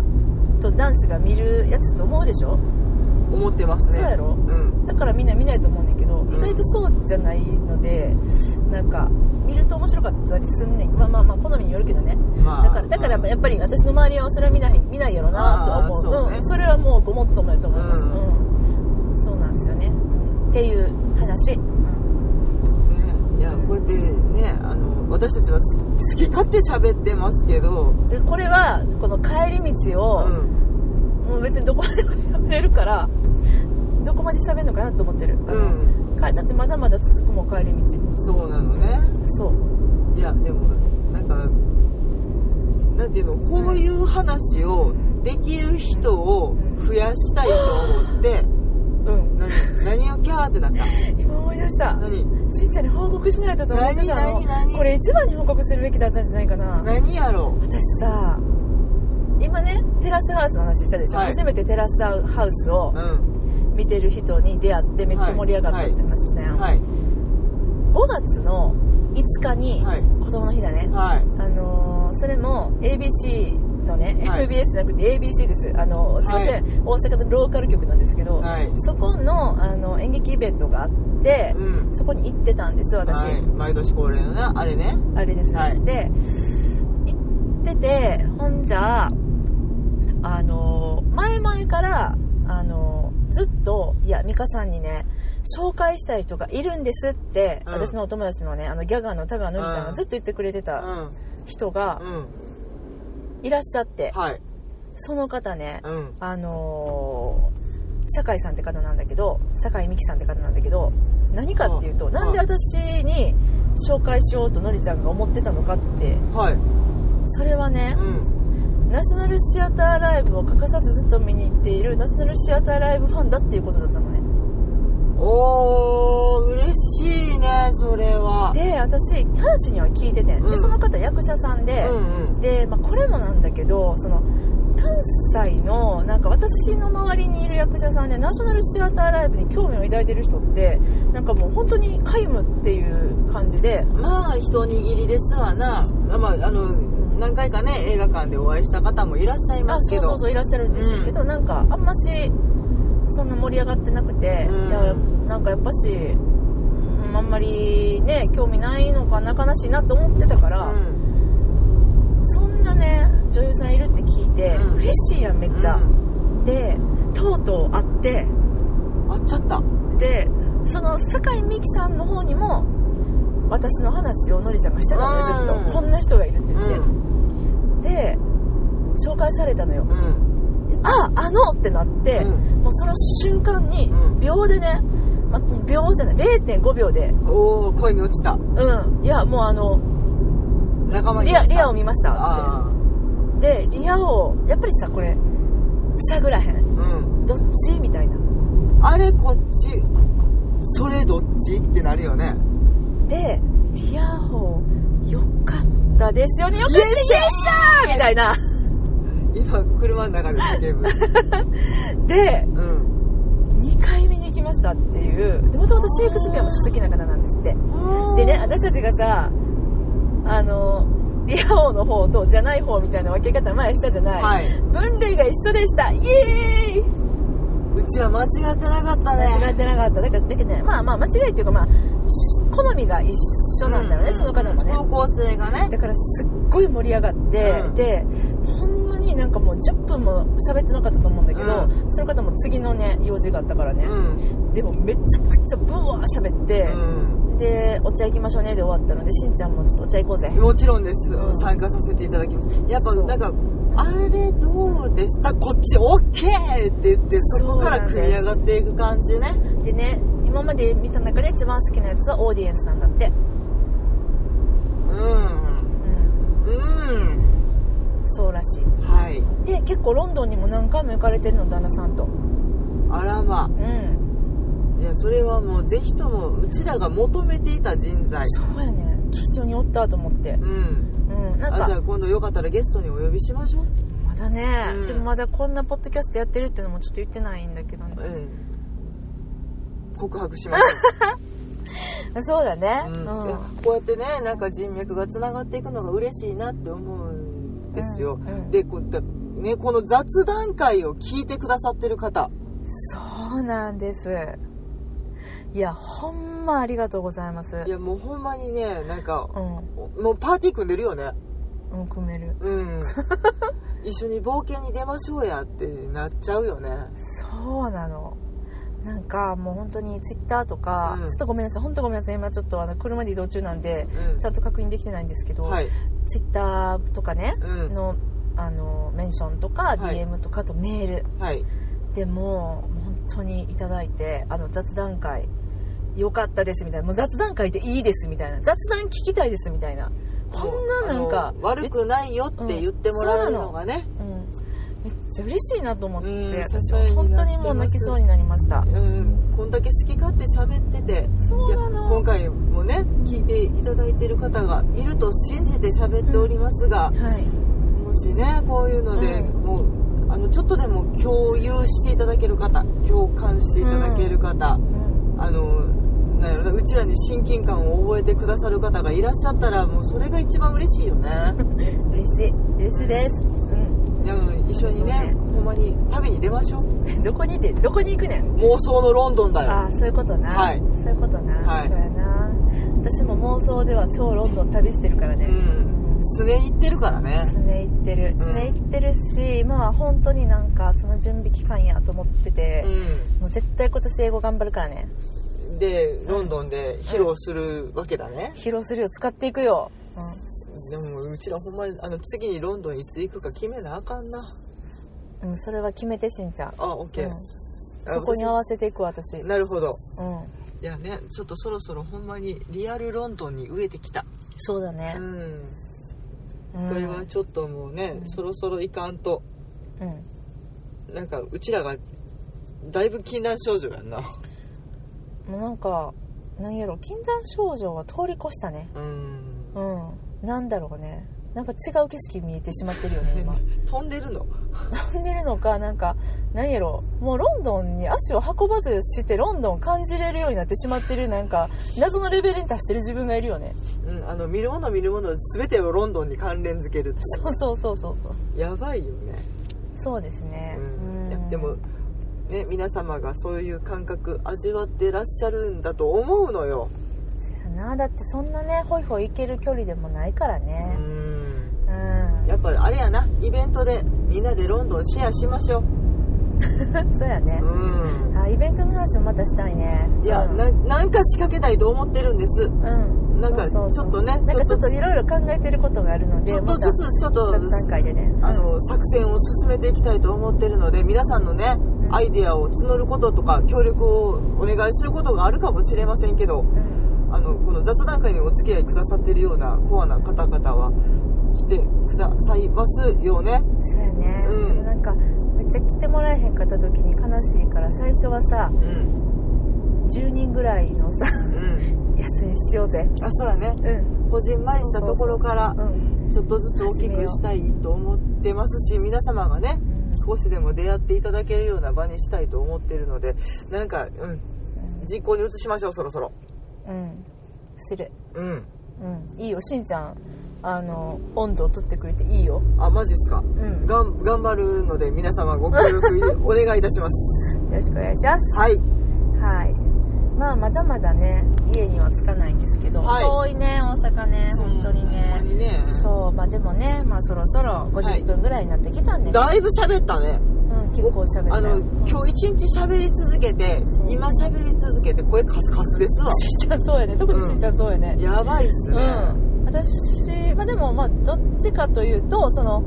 と男子が見るやつと思うでしょ
思ってますね
そうやろ
うん
だからみんな見ないと思うねんだけど、
ん
意外とそうじゃないのでなんか見ると面白かったりすんねんまあまあまあ好みによるけどね
まあ
だからだからやっぱり私の周りはそれは見ない見ないやろなとは思う
あーそう
う、
ね
ん、それはもうごもっともやと思います、
う
うんそうなんですよねっていう話、
ねいやこうやってねあの私たちはす好き勝手喋ってますけど
それこれはこの帰り道
う
を、
ん
もう別にどこまでも喋れるからどこまで喋るのかなと思ってる、
うん
かだってまだまだ続くもん帰り道
そうなのね
そう
いやでもなんかなんていうのこういう話をできる人を増やしたいと思って
うん
何何をキャーってなった
今思い出した
何
しんちゃんに報告しないとと思ってたの
何何何
これ一番に報告するべきだったんじゃないかな
何やろ
私さ今ねテラスハウスの話したでしょ、
はい
初めてテラスハウスを
ううん
見てる人に出会ってめっちゃ盛り上がったって話したやん、
はい
5月の5日に
はい
子供の日だね、
はい
あのーそれも ABC のね、
はい
MBS じゃなくて ABC ですあのすいません、大阪のローカル局なんですけど、
はい
そこのあの演劇イベントがあって、
うん
そこに行ってたんです私、
はい、毎年恒例のねあれね
あれです、
はい
で行っててほんじゃあの前々からあのずっといや美香さんにね紹介したい人がいるんですって、
うん
私のお友達のねあのギャガーの田川のりちゃんがずっと言ってくれて
う
た
ん
人が
うん
いらっしゃって、
はい
その方ね、
うん
あのー酒井さんって方なんだけど酒井美紀さんって方なんだけど何かっていうと、
うん
なんで私に紹介しようとのりちゃんが思ってたのかって
はい
それはね
う、ん
ナショナルシアターライブを欠かさずずっと見に行っているナショナルシアターライブファンだっていうことだったのね
おー嬉しいねそれは
で私話には聞いてて、ん、
う
で
ん
その方役者さんで、
うんうん
で、まあ、これもなんだけどその関西のなんか私の周りにいる役者さんでナショナルシアターライブに興味を抱いてる人ってなんかもう本当に皆無っていう感じで
まあ一握りですわなまああの何回かね映画館でお会いした方もいらっしゃい
あ
ます
そ
け
う
ど
そうそういらっしゃるんですけど、なんかあんましそんな盛り上がってなくて、
うん
いやなんかやっぱしうんあんまりね興味ないのかな悲しいなと思ってたから、
うん
そんなね女優さんいるって聞いて、
うん
嬉しいやんめっちゃ、
うん
でとうとう会って
会っちゃった
でその酒井美紀さんの方にも私の話をのりちゃんがしてたのよずっと、
うん
こんな人がいるって
う
言って、
ん
で紹介されたのよ
うん
でああのってなって、
うん
もうその瞬間に
うん
秒でね、ま、秒じゃない0.5秒で
おお恋に落ちた
うんいやもうあの
仲間に
リ
なっ
ア
た
リアを見ましたっ
ああ
てでリアをやっぱりさこれ探らへん
うん
どっちみたいな
あれこっちそれどっちってなるよね
でリアホよかったですよねよかったですみたいな
今車の中で叫 ぶ
で
うん
2回見に行きましたっていうでもともとシェイクスピアも好きな方なんですってでね私たちがさあのリア王の方とじゃない方みたいな分け方前したじゃない、
はい、
分類が一緒でしたイエーイ
うちは間違ってなかったね
間違ってなかっただからだけどねまあまあ間違いっていうかまあし好みが一緒なんだろうね、その方もね
方向性がね
だからすっごい盛り上がって、
うん
でほんまになんかもう10分も喋ってなかったと思うんだけど、
う
その方も次のね用事があったからね
う、ん
でもめちゃくちゃブワー喋って、でお茶行きましょうねで終わったのでしんちゃんもちょっとお茶行こうぜ
うん、もちろんです、
うん
参加させていただきますやっぱ
そう
なんかあれどうでしたこっち OK! って言ってそこから
そうなんです
組み上がっていく感じね
でね今まで見た中で一番好きなやつはオーディエンスなんだって
うん
うん
うん
そうらしい
はい
で結構ロンドンにも何回も行かれてるの旦那さんと
あらま
うん
いやそれはもうぜひともうちらが求めていた人材
そうやね貴重におったと思って
うん
うんなん
あ
か
じゃあ今度よかったらゲストにお呼びしましょう
まだね、
うん
でもまだこんなポッドキャストやってるってのもちょっと言ってないんだけどね、
うん告白しまし ょう
そうだねう
う
んん、
いやこうやってねなんか人脈がつながっていくのが嬉しいなって思うんですよ、
うんうん
でこうだ、ね、この雑談会を聞いてくださってる方
そうなんですいやほんまありがとうございます
いやもうほんまにねなんか
うん
もうパーティー組んでるよね
うん組める
うん 一緒に冒険に出ましょうやってなっちゃうよね
そうなのなんかもう本当にツイッターとか、
うん
ちょっとごめんなさい本当ごめんなさい今ちょっとあの車で移動中なんで
うん
ちゃんと確認できてないんですけど、
はい
ツイッターとかね
うん
のあのメンションとか
い
DM とかあとメール、
はい
でもう本当にいただいてあの雑談会良かったですみたいなもう雑談会でいいですみたいな雑談聞きたいですみたいなこんななん
あ
か
の、悪くないよって言ってもらうのがね、
うん、めっちゃ嬉しいなと思って、
うん
私
支え
は
になって
本当にもう泣きそうになりました
うん、こんだけ好き勝手喋ってて
そ
いう
な
や今
の
回もね聞いていただいてる方がいると信じて喋っております
は
が、
い
もしねこういうので、
うん
もうあのちょっとでも共有していただける方共感していただける方、
うん
あのなんやろなうちらに親近感を覚えてくださる方がいらっしゃったらもうそれが一番嬉し いよね
嬉しい嬉しいですう
でも一緒にねほんまに旅に出ましょう ん
どこにいてどこに行くねん
妄想のロンドンだよ
ああそういうことな、
はい
そういうことな、
はい
そうやな私も妄想では超ロンドン旅してるからね、
うんすね行ってるからね
常行ってる
うん
常行ってるし、今は本当になんかその準備期間やと思ってて、
う
もう絶対今年英語頑張るからね
んでロンドンで披露するわけだね、
披露するよ使っていくよ、うん、
でもうちらほんまにあの次にロンドンいつ行くか決めなあかんな
うん、それは決めてしんちゃん、
あオッケー、
うんそこに合わせていく私、うん、
なるほどいやねちょっとそろそろほんまにリアルロンドンに飢えてきた
そうだね
う、ん
うん
これはちょっともうね、
うん
そろそろいかんと
うん
なんかうちらがだいぶ禁断症状やんな
もうなんかなんやろ禁断症状は通り越したね
うん
うんなんだろうねなんか違う景色見えてしまってるよね今
飛んでるの
飛んでるのかなんか何やろもうロンドンに足を運ばずしてロンドンを感じれるようになってしまってるなんか謎のレベルに達してる自分がいるよね
うん、あの見るもの見るもの全てをロンドンに関連づけるっていう
そうそうそうそうそう
やばいよね、
そうですね、
うん、
うん
いやでもね皆様がそういう感覚味わってらっしゃるんだと思うのよ、
そやなだってそんなねホイホイ行ける距離でもないから
う
ね
ん
うん、
やっぱあれやなイベントでみんなでロンドンシェアしましょう
そうやね、
うん
あイベントの話もまたしたいね
いや、
うん
ななんか仕掛けたいと思ってるんです
うん
なん
そ
か
うそうそう
ちょっとね
なんかち
ち
ょ
ょ
っ
っ
と
と
いろいろ考えてることがあるので
ちょっと
また
ずつちょっと
雑談会でね
あの作戦を進めていきたいと思ってるので皆さんのね
うん
アイデアを募ることとか協力をお願いすることがあるかもしれませんけど
うん
あのこの雑談会にお付き合いくださってるようなコアな方々は来てくださいますよね
そうやね、
うん
でもなんかめっちゃ来てもらえへんかった時に悲しいから最初はさ
うん
10人ぐらいのさ
うん
やつにしようぜ
あそうやね
うん
こじんまりしたところから
うん
ちょっとずつ大きくしたいと思ってますし皆様がね少しでも出会っていただけるような場にしたいと思ってるのでなんかうん実行に移しましょうそろそろ
うん、うん、する
うん
うんいいよしんちゃんあの温度を取ってくれていいよ
あマジっすか
うんよ
がん頑張るので皆様ご協力お願いいたします
ろしくお願いします
はい
はい。まあまだまだね家には着かないんですけど、
はい
遠いね大阪ね本当に
ほんま
ね。
にね
そうまあでもねまあそろそろ
は
50
い
分ぐらいになってきたんで、
だいぶ喋ったね
うん結構喋った
あの
よ。
今日一日喋り続けて
そう
今喋り続けて声カスカスですわ
しんちゃんそうやね特にしんちゃんそうやね。
やばいっす
うん。
ね、
私まあでもまあどっちかというとその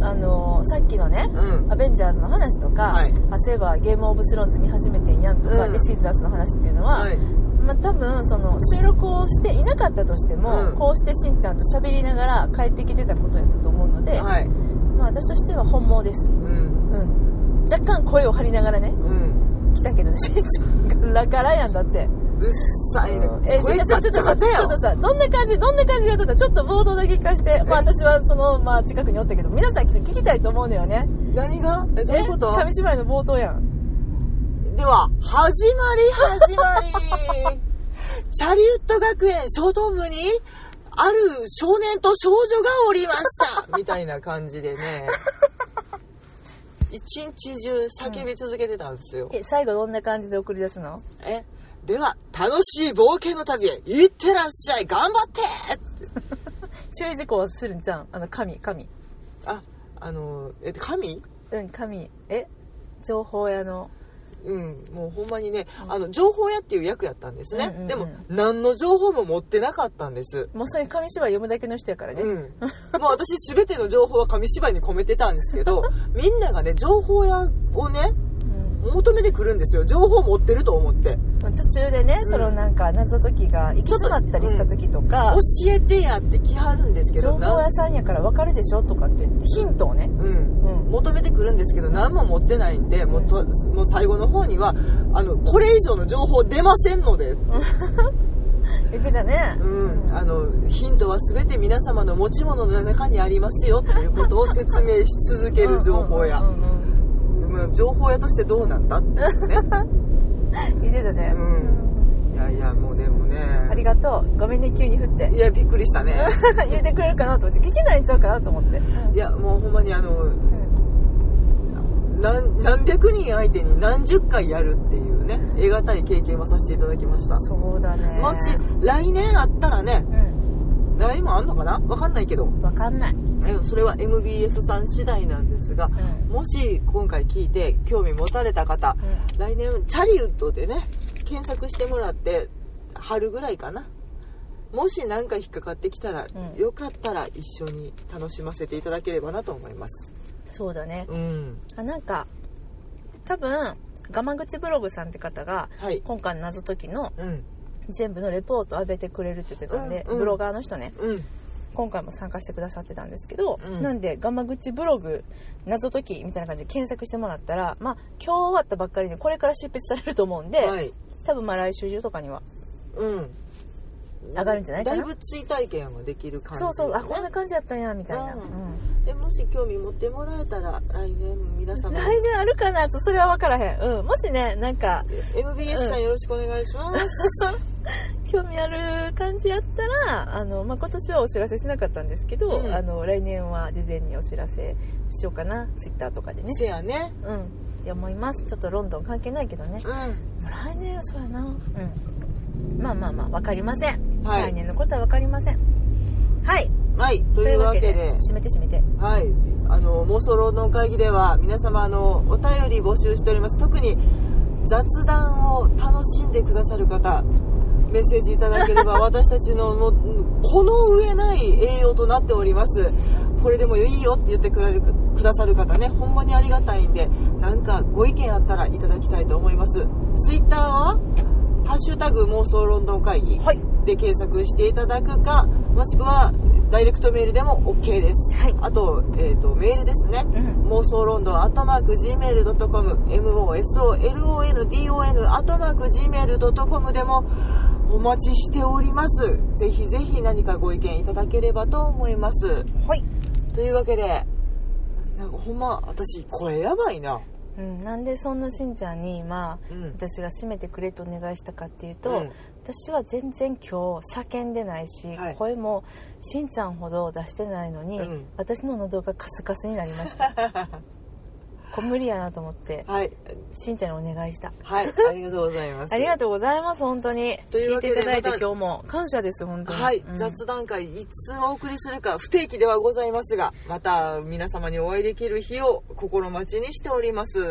あのさっきのね。
うん
アベンジャーズの話とか、
はい
あそういえばゲームオブスローンズ見始めてんやんとか、
うん
ディスイズアスの話っていうのは、
はい
まあ、多分その収録をしていなかったとしても、
うん
こうしてしんちゃんと喋りながら帰ってきてたことやったと思うので、
はい
まあ、私としては本望です、
うん
うん、若干声を張りながらね
うん
来たけどね しんちゃんラカラやんだって、
うっさいな
え
声
しんちゃ
ガ
んち
チ
ょっと
ャ
さ
ガチ
ち
ャ
ょ
や
っ
ん
とさどんな感じどんな感じでやっとったちょっと冒頭だけ聞かして、まあ、
え
私はその、まあ、近くにおったけど皆さん聞きたいと思うのよね
何がえどういうこと
え紙芝居の冒頭やん
では始まり始まりチャリウット学園初等部にある少年と少女がおりましたみたいな感じでね一日中叫び続けてたんですよ、
え最後どんな感じで送り出すの
えでは楽しい冒険の旅へ行ってらっしゃい頑張って
注意事項するんじゃんあの紙紙
ああのえ神
うん紙え情報屋の
うん、もうほんまにね、あの情報屋っていう役やったんです
うん
ね、
うんうん
でも何の情報も持ってなかったんです
もうそれ紙芝居読むだけの人やから ね、
うん、まあ私全ての情報は紙芝居に込めてたんです けどみんながね情報屋をね
うん
求めてくるんですよ情報持ってると思って
まあ途中でね、
うん
そのなんか謎解きが行き詰まったりした時とか、
教えてやって来はるんですけ
情
ど
報
な
屋さんやから分かるでしょとかって言ってヒントをね、
うん
うん、
求めてくるんですけど何も持ってないんでもうともう最後の方にはあのこれ以上の情報出ませんので、
言ってたね、
うん、あのヒントは全て皆様の持ち物の中にありますよということを説明し続ける情報
う
屋
んうん
まあ情報屋としてどうなんだっていう
う
ね
ん言ってたね、
うんいやいやもうでもね
ありがとうごめんね急に降って
いやびっくりしたね
言ってくれるかなと思って聞けないんちゃうかなと思って、うん
いやもうほんまにあの
うん
何何百人相手に何十回やるっていうね得難い経験はさせていただきました
そうだね
もし来年あったらね
うん
来年もあんのかなわかんないけど
分かんない、
えそれは MBS さん次第なんですが
うん
もし今回聞いて興味持たれた方来年チャリウッドでね検索してもらって春ぐらいかなもし何か引っかかってきたら、
うん
よかったら一緒に楽しませていただければなと思います
そうだね
うん
あなんか多分ガマ口ブログさんって方が
はい
今回の謎解きの
うん
全部のレポートを上げてくれるって言ってたんで、
うんうん
ブロガーの人ね
うん
今回も参加してくださってたんですけど、
うん
なんでガマ口ブログ謎解きみたいな感じで検索してもらったらまあ今日終わったばっかりでこれから執筆されると思うんで、
はい
多分まあ来週中とかには
うん
上がるんじゃないかな
だいぶ追体験はできる感じ、
そうそうあこんな感じやったんやみたいな、
うん
うん
でもし興味持ってもらえたら来年皆様
来年あるかなちょっとそれは分からへん。うん。もしね、なんか、
MBS さんよろしくお願いします、
興味ある感じやったら、あの、まあ、今年はお知らせしなかったんですけど、
うん
あの、来年は事前にお知らせしようかな。ツイッターとかでね。
せやね
うん。って思います。ちょっとロンドン関係ないけどね。
う
もう来年はそうやな。うん。まあまあまあ、わかりません。
んは
来
い
年のことはわかりません。はい。
はいというわけで
閉めて閉めて。
はいあの妄想ロンドン会議では皆様あのお便り募集しております特に雑談を楽しんでくださる方メッセージいただけ れば私たちのもうこの上ない栄養となっておりますこれでもいいよって言ってくれるくださる方ねほんまにありがたいんでなんかご意見あったらいただきたいと思いますツイッターは「ハッシュタグ妄想ロンドン会議」
はい。
で検索していただくかもしくはダイレクトメールでも OK です
はい。
あと,、えー、とメールですね
うん。
妄想ロンドンアットマーク Gmail.com MOSOLONDON アットマーク Gmail.com でもお待ちしておりますぜひぜひ何かご意見いただければと思います
はい。
というわけでなんかほんま私声やばいな
うん、なんでそんなしんちゃんに今、
うん
私が締めてくれとお願いしたかっていうと、
うん
私は全然今日叫んでないし、
はい
声もしんちゃんほど出してないのに、
うん
私の喉がカスカスになりました これ無理やなと思って
はい
しんちゃんにお願いした
はいありがとうございます
ありがとうございます本当に
というわけで
聞いていただいて
また
今日も感謝です本当に
はい、
うん
雑談会いつお送りするか不定期ではございますがまた皆様にお会いできる日を心待ちにしております、よ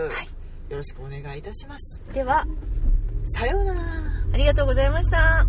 ろしくお願いいたします
では
さようなら
ありがとうございました